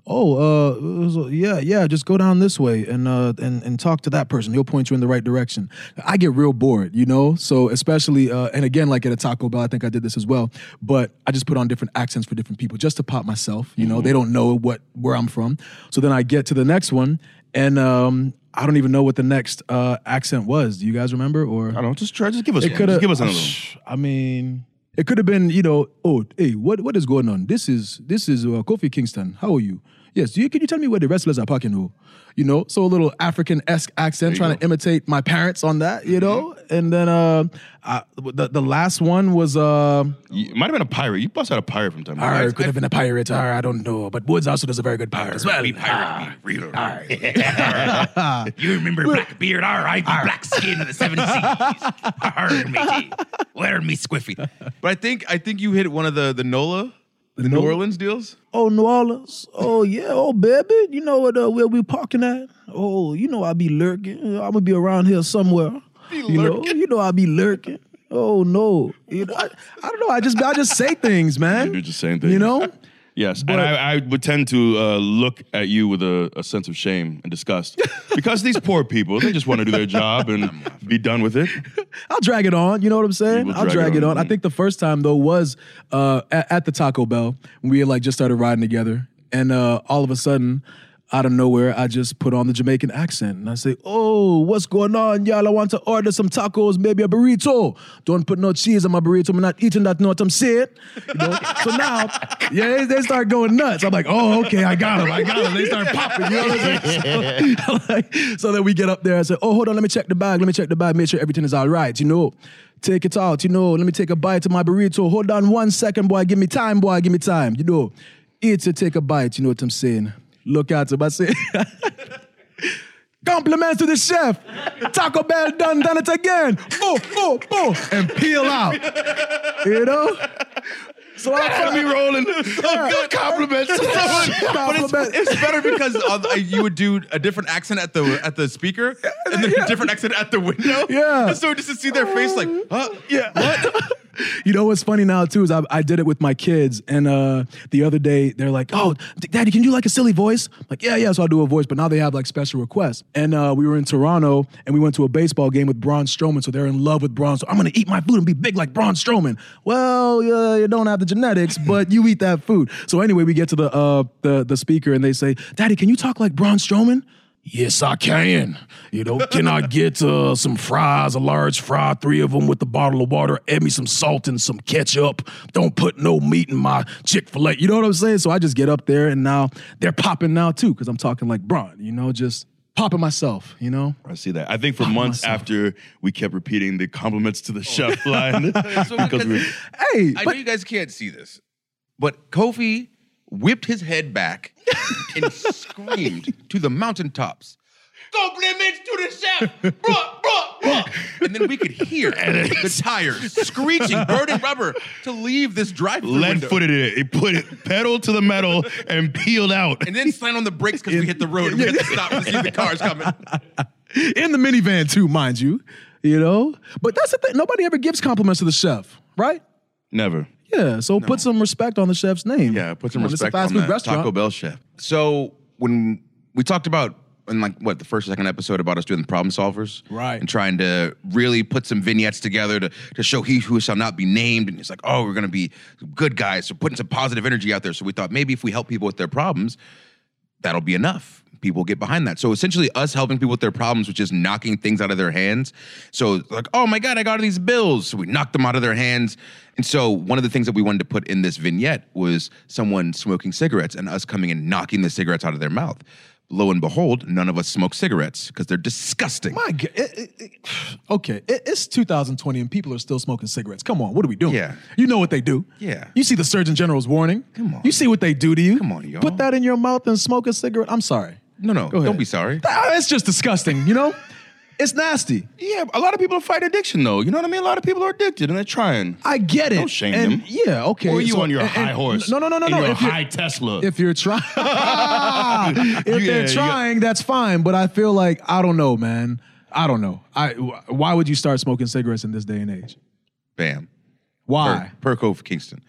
[SPEAKER 5] Oh, uh, so- yeah, yeah. Just go down this way and uh, and and talk to that person. He'll point you in the right direction. I get real bored, you know. So especially, uh, and again, like at a Taco Bell, I think I did this as well. But I just put on different accents for different people just to pop myself. You
[SPEAKER 3] Mm-hmm.
[SPEAKER 5] know, they don't know what where I'm from. So then I get to the next one, and um, I don't even know what the next uh, accent was. Do you guys remember? Or I don't
[SPEAKER 3] know. Just try. Just give us one.
[SPEAKER 5] coulda-
[SPEAKER 3] Just give us another one.
[SPEAKER 5] I mean, it could have been, you know, oh, hey, what what is going on? This is this is uh, Kofi Kingston. How are you? Yes, do you, can you tell me where the wrestlers are parking? Who, you know, so a little African esque accent, trying to imitate my parents on that, you know,
[SPEAKER 3] Mm-hmm.
[SPEAKER 5] and then uh, I, the the last one was uh,
[SPEAKER 3] You- It might have been a pirate. You bust out a pirate from time to
[SPEAKER 5] all right,
[SPEAKER 3] time.
[SPEAKER 5] could have been a pirate, or I don't know, but Woods also does a very good pirate as well.
[SPEAKER 10] pirate me, real. Ah, you remember Blackbeard? All right, the black skin of the seven seas. Arr, matey. Where me squiffy?
[SPEAKER 4] But I think I think you hit one of the the NOLA, the, New
[SPEAKER 5] Nola?
[SPEAKER 4] Orleans deals.
[SPEAKER 5] Oh, New Orleans. Oh, yeah. Oh, baby. You know what, uh, where we parking at? Oh, you know I be lurking. I'm going to be around here somewhere. you know, you know I be lurking. Oh, no. You know, I, I don't know. I just I just say things, man.
[SPEAKER 3] You're just saying things.
[SPEAKER 5] You know?
[SPEAKER 3] Yes, and I, I would tend to uh, look at you with a, a sense of shame and disgust because these poor people, they just want to do their job and be done with it.
[SPEAKER 5] I'll drag it on. You know what I'm saying?
[SPEAKER 3] will
[SPEAKER 5] I'll drag, it on. I think the first time though was uh, at, at the Taco Bell. We had like just started riding together, and uh, all of a sudden, out of nowhere, I just put on the Jamaican accent and I say, "Oh, what's going on, y'all? I want to order some tacos, maybe a burrito. Don't put no cheese on my burrito. I'm not eating that. Know what I'm saying? You know? so now, yeah, they, they start going nuts. I'm like, oh, okay, I got them. I got them. They start popping. You know what I'm saying? So- so then we get up there. I said, "Oh, hold on, let me check the bag. Let me check the bag. Make sure everything is all right. You know, take it out. You know, let me take a bite of my burrito. Hold on one second, boy. Give me time, boy. Give me time. You know, eat it, take a bite. You know what I'm saying? Look at him. I say, compliments to the chef. Taco Bell done done it again. Boom, boom, boom, and peel out. You know." So I
[SPEAKER 10] That'll be rolling. A good compliment to someone.
[SPEAKER 4] But it's, it's better because of- uh, you would do a different accent at the at the speaker and then a different accent at the window.
[SPEAKER 5] Yeah.
[SPEAKER 4] So just to see their face, like, huh? Yeah.
[SPEAKER 5] You know what's funny now too is I, I did it with my kids, and uh, the other day they're like, "Oh, D- Daddy, can you do like a silly voice?" I'm like, yeah, yeah. So I do a voice, but now they have like special requests. And uh, we were in Toronto, and we went to a baseball game with Braun Strowman, so they're in love with Braun. So I'm gonna eat my food and be big like Braun Strowman. Well, uh, you don't have the genetics, but you eat that food. So anyway, we get to the uh, the the speaker, and they say, "Daddy, can you talk like Braun Strowman?" Yes, I can. You know, can I get uh, some fries, a large fry, three of them with a bottle of water? Add me some salt and some ketchup. Don't put no meat in my Chick fil A. You know what I'm saying? So I just get up there and now they're popping now too because I'm talking like Braun, you know, just popping myself, you know?
[SPEAKER 3] I see that. I think for months after we kept repeating the compliments to the chef line because we were
[SPEAKER 5] Hey,
[SPEAKER 4] I know you guys can't see this, but Kofi whipped his head back and screamed to the mountaintops.
[SPEAKER 10] Compliments to the chef. Bruh, bruh, bruh.
[SPEAKER 4] And then we could hear the tires screeching, burning rubber to leave this drive-thru
[SPEAKER 3] lead
[SPEAKER 4] window.
[SPEAKER 3] footed it. It put it pedal to the metal and peeled out.
[SPEAKER 4] and then slammed on the brakes because we hit the road and we had to stop to see the cars coming.
[SPEAKER 5] In the minivan too, mind you, you know? But that's the thing. Nobody ever gives compliments to the chef, right?
[SPEAKER 3] Never.
[SPEAKER 5] Yeah, so put some respect on the chef's name.
[SPEAKER 4] Yeah, put some
[SPEAKER 5] Come on, it's a
[SPEAKER 4] respect
[SPEAKER 5] fast
[SPEAKER 4] on
[SPEAKER 5] food
[SPEAKER 4] that
[SPEAKER 5] restaurant.
[SPEAKER 4] Taco Bell chef. So when we talked about in like what the first or second episode about us doing the problem solvers,
[SPEAKER 5] Right.
[SPEAKER 4] and trying to really put some vignettes together to to show he who shall not be named, and it's like oh we're gonna be good guys, so putting some positive energy out there. So we thought maybe if we help people with their problems, that'll be enough. People get behind that. So essentially, us helping people with their problems, which is knocking things out of their hands. So, like, oh my God, I got all these bills. So we knocked them out of their hands. And so, one of the things that we wanted to put in this vignette was someone smoking cigarettes and us coming and knocking the cigarettes out of their mouth. Lo and behold, none of us smoke cigarettes because they're disgusting.
[SPEAKER 5] My God, okay, it, it's 2020 and people are still smoking cigarettes. Come on, what are we doing? Yeah, you know what they do.
[SPEAKER 4] Yeah.
[SPEAKER 5] you see the Surgeon General's warning. Come on, you see what they do to you. Come on, y'all. Put that in your mouth and smoke a cigarette. I'm sorry.
[SPEAKER 4] No, no,
[SPEAKER 5] Go ahead.
[SPEAKER 4] don't be sorry.
[SPEAKER 5] Ah, It's just disgusting. You know, it's nasty.
[SPEAKER 3] Yeah, a lot of people fight addiction though. You know what I mean? A lot of people are addicted and they're trying.
[SPEAKER 5] I get it.
[SPEAKER 3] Don't shame
[SPEAKER 5] And-
[SPEAKER 3] them.
[SPEAKER 5] Yeah, okay.
[SPEAKER 3] Or you
[SPEAKER 5] so-
[SPEAKER 3] on your
[SPEAKER 5] and-
[SPEAKER 3] high
[SPEAKER 5] and-
[SPEAKER 3] horse?
[SPEAKER 5] No, no, no, no,
[SPEAKER 3] and
[SPEAKER 5] no.
[SPEAKER 3] Your
[SPEAKER 5] If you're-
[SPEAKER 3] high Tesla.
[SPEAKER 5] If you're trying, if
[SPEAKER 3] Yeah,
[SPEAKER 5] they're
[SPEAKER 3] you
[SPEAKER 5] trying, that's fine. But I feel like I don't know, man. I don't know. I wh- why would you start smoking cigarettes in this day and age?
[SPEAKER 4] Bam.
[SPEAKER 5] Why?
[SPEAKER 4] Per, Perco for Kingston.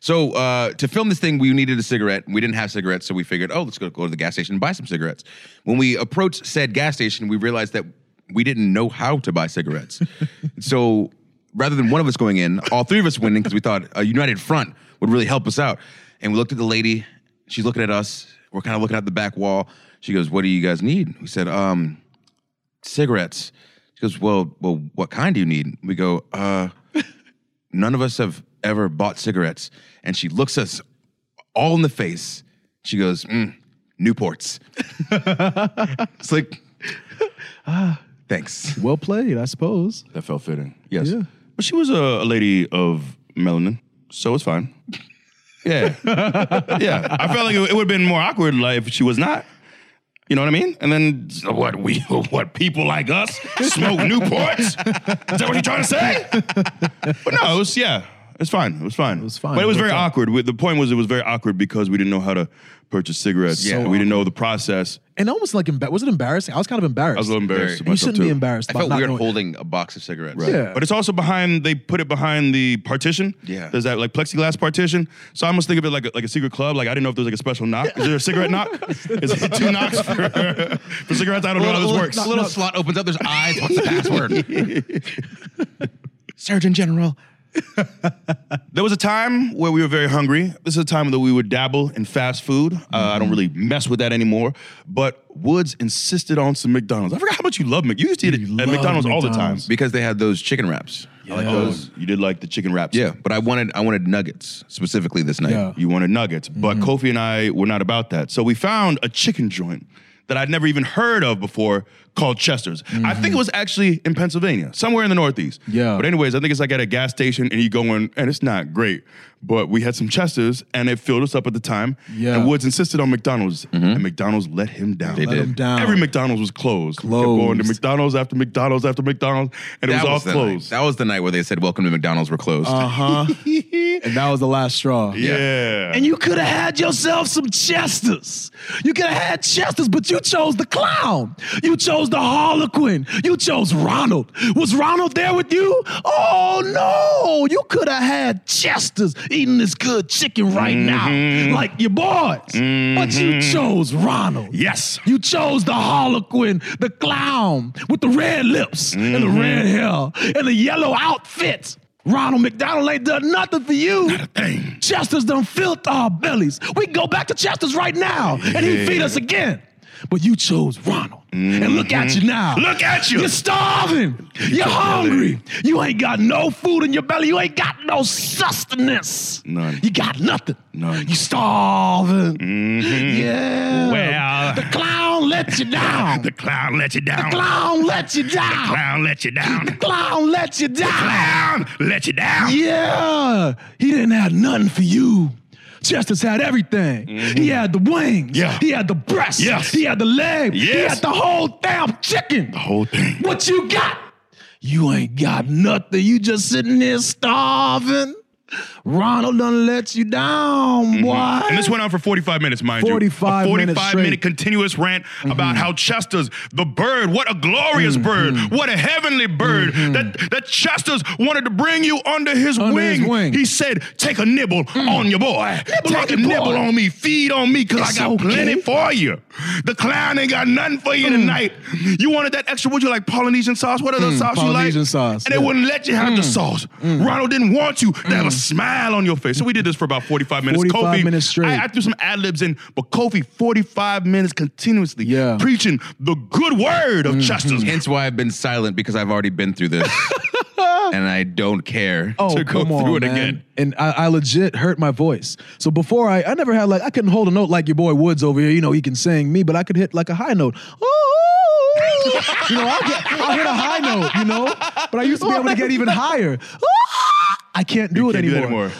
[SPEAKER 4] So uh, to film this thing, we needed a cigarette. We didn't have cigarettes, so we figured, oh, let's go, go to the gas station and buy some cigarettes. When we approached said gas station, we realized that we didn't know how to buy cigarettes. so rather than one of us going in, all three of us went in because we thought a united front would really help us out. And we looked at the lady. She's looking at us. We're kind of looking at the back wall. She goes, "What do you guys need?" We said, "Um, cigarettes." She goes, "Well, well, what kind do you need?" We go, "Uh." none of us have ever bought cigarettes. And she looks us all in the face. She goes, mm, Newports. it's like,
[SPEAKER 5] Ah,
[SPEAKER 4] thanks.
[SPEAKER 5] well played, I suppose.
[SPEAKER 3] That felt fitting. Yes.
[SPEAKER 5] Yeah.
[SPEAKER 3] But she was a, a lady of melanin, so it's fine. Yeah. yeah. I felt like it, would have been more awkward like, if she was not. You know what I mean? And then so what we what people like us smoke Newports? Is that what you're trying to say? But no, it was yeah. It's fine. It was fine. It was fine. But it was very awkward. We- The point was it was very awkward because we didn't know how to purchase cigarettes.
[SPEAKER 5] So
[SPEAKER 3] Yeah. we didn't know the process.
[SPEAKER 5] And almost like emba- was it embarrassing? I was kind of embarrassed.
[SPEAKER 3] I was a little embarrassed.
[SPEAKER 5] You shouldn't be embarrassed.
[SPEAKER 3] I
[SPEAKER 5] About
[SPEAKER 3] felt
[SPEAKER 5] not
[SPEAKER 3] weird
[SPEAKER 5] knowing-
[SPEAKER 4] holding a box of cigarettes.
[SPEAKER 3] Right.
[SPEAKER 5] Yeah.
[SPEAKER 3] But it's also behind. They put it behind the partition.
[SPEAKER 4] Yeah.
[SPEAKER 3] There's that like plexiglass partition. So I almost think of it like a, like a secret club. Like I didn't know if there's like a special knock. Is there a cigarette knock? Is it two knocks for, for cigarettes? I don't know how this
[SPEAKER 4] Little-
[SPEAKER 3] works.
[SPEAKER 4] Little slot opens up. There's eyes. What's the password?
[SPEAKER 3] Surgeon General. there was a time where we were very hungry. This is a time that we would dabble in fast food. Uh, I
[SPEAKER 4] Mm-hmm.
[SPEAKER 3] don't really mess with that anymore. But Woods insisted on some McDonald's. I forgot how much you love Mc. You used to eat at
[SPEAKER 4] love
[SPEAKER 3] McDonald's, all the time.
[SPEAKER 4] McDonald's. because they had those chicken wraps. I like
[SPEAKER 3] Yeah.
[SPEAKER 4] those.
[SPEAKER 3] You did like the chicken wraps.
[SPEAKER 4] Yeah, but I wanted I wanted nuggets specifically this night.
[SPEAKER 3] You wanted nuggets, but
[SPEAKER 5] Mm-hmm.
[SPEAKER 3] Kofi and I were not about that. So we found a chicken joint that I'd never even heard of before called Chester's. I think it was actually in Pennsylvania, somewhere in the Northeast.
[SPEAKER 5] Mm-hmm. Yeah.
[SPEAKER 3] But anyways, I think it's like at a gas station and you go in and it's not great. But we had some Chester's and it filled us up at the time.
[SPEAKER 5] Yeah. Mm-hmm.
[SPEAKER 3] And Woods insisted on McDonald's and McDonald's let him down.
[SPEAKER 5] They Let did. him down.
[SPEAKER 3] Every McDonald's was closed. We kept going to
[SPEAKER 5] Closed.
[SPEAKER 3] McDonald's after McDonald's after McDonald's and it was, all
[SPEAKER 4] the
[SPEAKER 3] closed.
[SPEAKER 4] Night. That was the night where they said, "Welcome to McDonald's. We're closed."
[SPEAKER 5] Uh huh. and that was the last straw.
[SPEAKER 3] Uh-huh. Yeah.
[SPEAKER 5] And you could have had yourself some Chesters. You could have had Chesters, but you chose the clown. You chose the Harlequin. You chose Ronald. Was Ronald there with you? Oh no! You could have had Chesters eating this good chicken right
[SPEAKER 3] Mm-hmm.
[SPEAKER 5] now, like your boys. But you chose Ronald.
[SPEAKER 3] Yes.
[SPEAKER 5] You chose the Harlequin, the clown with the red lips and the red hair and the yellow outfits. Ronald McDonald ain't done nothing for you. Not a thing. Chester's done filled our bellies. We can go back to Chester's right now and he feed us again. But you chose Ronald. And Mm-hmm. look at you now.
[SPEAKER 3] Look at you.
[SPEAKER 5] You're starving. You're hungry. You ain't got no food in your belly. You ain't got no sustenance.
[SPEAKER 3] None.
[SPEAKER 5] You got nothing.
[SPEAKER 3] None.
[SPEAKER 5] You starving. Yeah.
[SPEAKER 10] Mm-hmm. Well-
[SPEAKER 5] the clown let you down.
[SPEAKER 10] The clown let you down.
[SPEAKER 5] The clown let you down.
[SPEAKER 10] The clown let you down.
[SPEAKER 5] The clown let you down.
[SPEAKER 10] clown let you down.
[SPEAKER 5] Yeah. He didn't have nothing for you. Justice had everything. He had the wings.
[SPEAKER 10] Mm-hmm. Yeah.
[SPEAKER 5] He had the breast.
[SPEAKER 10] Yes.
[SPEAKER 5] He had the leg. He
[SPEAKER 10] Yes.
[SPEAKER 5] had the whole damn chicken. The
[SPEAKER 3] whole thing.
[SPEAKER 5] What you got? You ain't got nothing. You just sitting there starving. Ronald done let you down, boy.
[SPEAKER 3] And this went on for 45 minutes, mind you.
[SPEAKER 5] 45
[SPEAKER 3] A 45
[SPEAKER 5] minutes straight. Mm-hmm.
[SPEAKER 3] minute continuous rant about how Chester's, the bird, what a glorious bird, what a heavenly bird, that, that Chester's wanted to bring you under his,
[SPEAKER 5] Mm-hmm. Under
[SPEAKER 3] wing.
[SPEAKER 5] his wing. Mm.
[SPEAKER 3] He said, Take a nibble on your boy.
[SPEAKER 5] Nibble
[SPEAKER 3] Take
[SPEAKER 5] on
[SPEAKER 3] a
[SPEAKER 5] your
[SPEAKER 3] nibble
[SPEAKER 5] boy.
[SPEAKER 3] on me. Feed on me because I
[SPEAKER 5] It's
[SPEAKER 3] got
[SPEAKER 5] okay. Mm.
[SPEAKER 3] plenty for you. The clown ain't got nothing for you tonight. You wanted that extra, would you like Polynesian sauce? What other sauce you like?
[SPEAKER 5] Polynesian sauce,
[SPEAKER 3] And they
[SPEAKER 5] yeah. Mm.
[SPEAKER 3] wouldn't let you have the sauce. Ronald didn't want you to have a smile on your face. So we did this for about 45 minutes.
[SPEAKER 5] 45
[SPEAKER 3] Kofi,
[SPEAKER 5] minutes straight.
[SPEAKER 3] I, I threw some ad libs in, but Kofi, 45 minutes continuously preaching the good word
[SPEAKER 5] Mm-hmm.
[SPEAKER 3] of Chester's.
[SPEAKER 4] Hence why I've been silent because I've already been through this, and I don't care
[SPEAKER 5] Oh,
[SPEAKER 4] to go
[SPEAKER 5] come
[SPEAKER 4] through
[SPEAKER 5] on,
[SPEAKER 4] it
[SPEAKER 5] man.
[SPEAKER 4] again.
[SPEAKER 5] And I, I legit hurt my voice. So before I, I never had like I couldn't hold a note like your boy Woods over here. You know he can sing me, but I could hit like a high note. you know I'll, get, I'll hit a high note. You know, but I used to be able to get even higher. I can't do it
[SPEAKER 3] can't do that
[SPEAKER 5] anymore.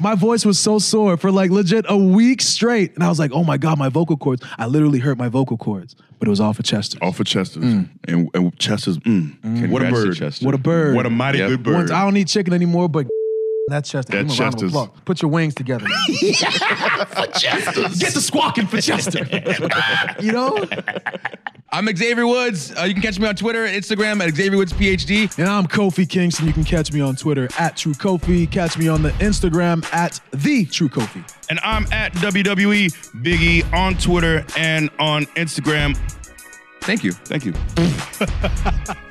[SPEAKER 5] my voice was so sore for like legit a week straight, and I was like, oh my god, my vocal cords. I literally hurt my vocal cords, but it was all for Chester.
[SPEAKER 10] Oh,
[SPEAKER 3] All for Chester's. And, and Chester's, mm. What a
[SPEAKER 5] Congrats to
[SPEAKER 3] bird.
[SPEAKER 5] Chester. Mm. What a bird.
[SPEAKER 3] What a mighty good bird.
[SPEAKER 5] Once- I don't need chicken anymore, but that's Chester.
[SPEAKER 3] That's
[SPEAKER 5] Give him a round of
[SPEAKER 3] Chester's.
[SPEAKER 5] applause. Put your wings together.
[SPEAKER 10] for Chester's.
[SPEAKER 5] Get the squawking for Chester. you know?
[SPEAKER 4] I'm Xavier Woods. Uh, you can catch me on Twitter and Instagram at Xavier Woods PhD.
[SPEAKER 5] And I'm Kofi Kingston. You can catch me on Twitter at True Kofi. Catch me on the Instagram at the True Kofi.
[SPEAKER 3] And I'm at WWE Biggie on Twitter and on Instagram.
[SPEAKER 4] Thank you.
[SPEAKER 3] Thank you.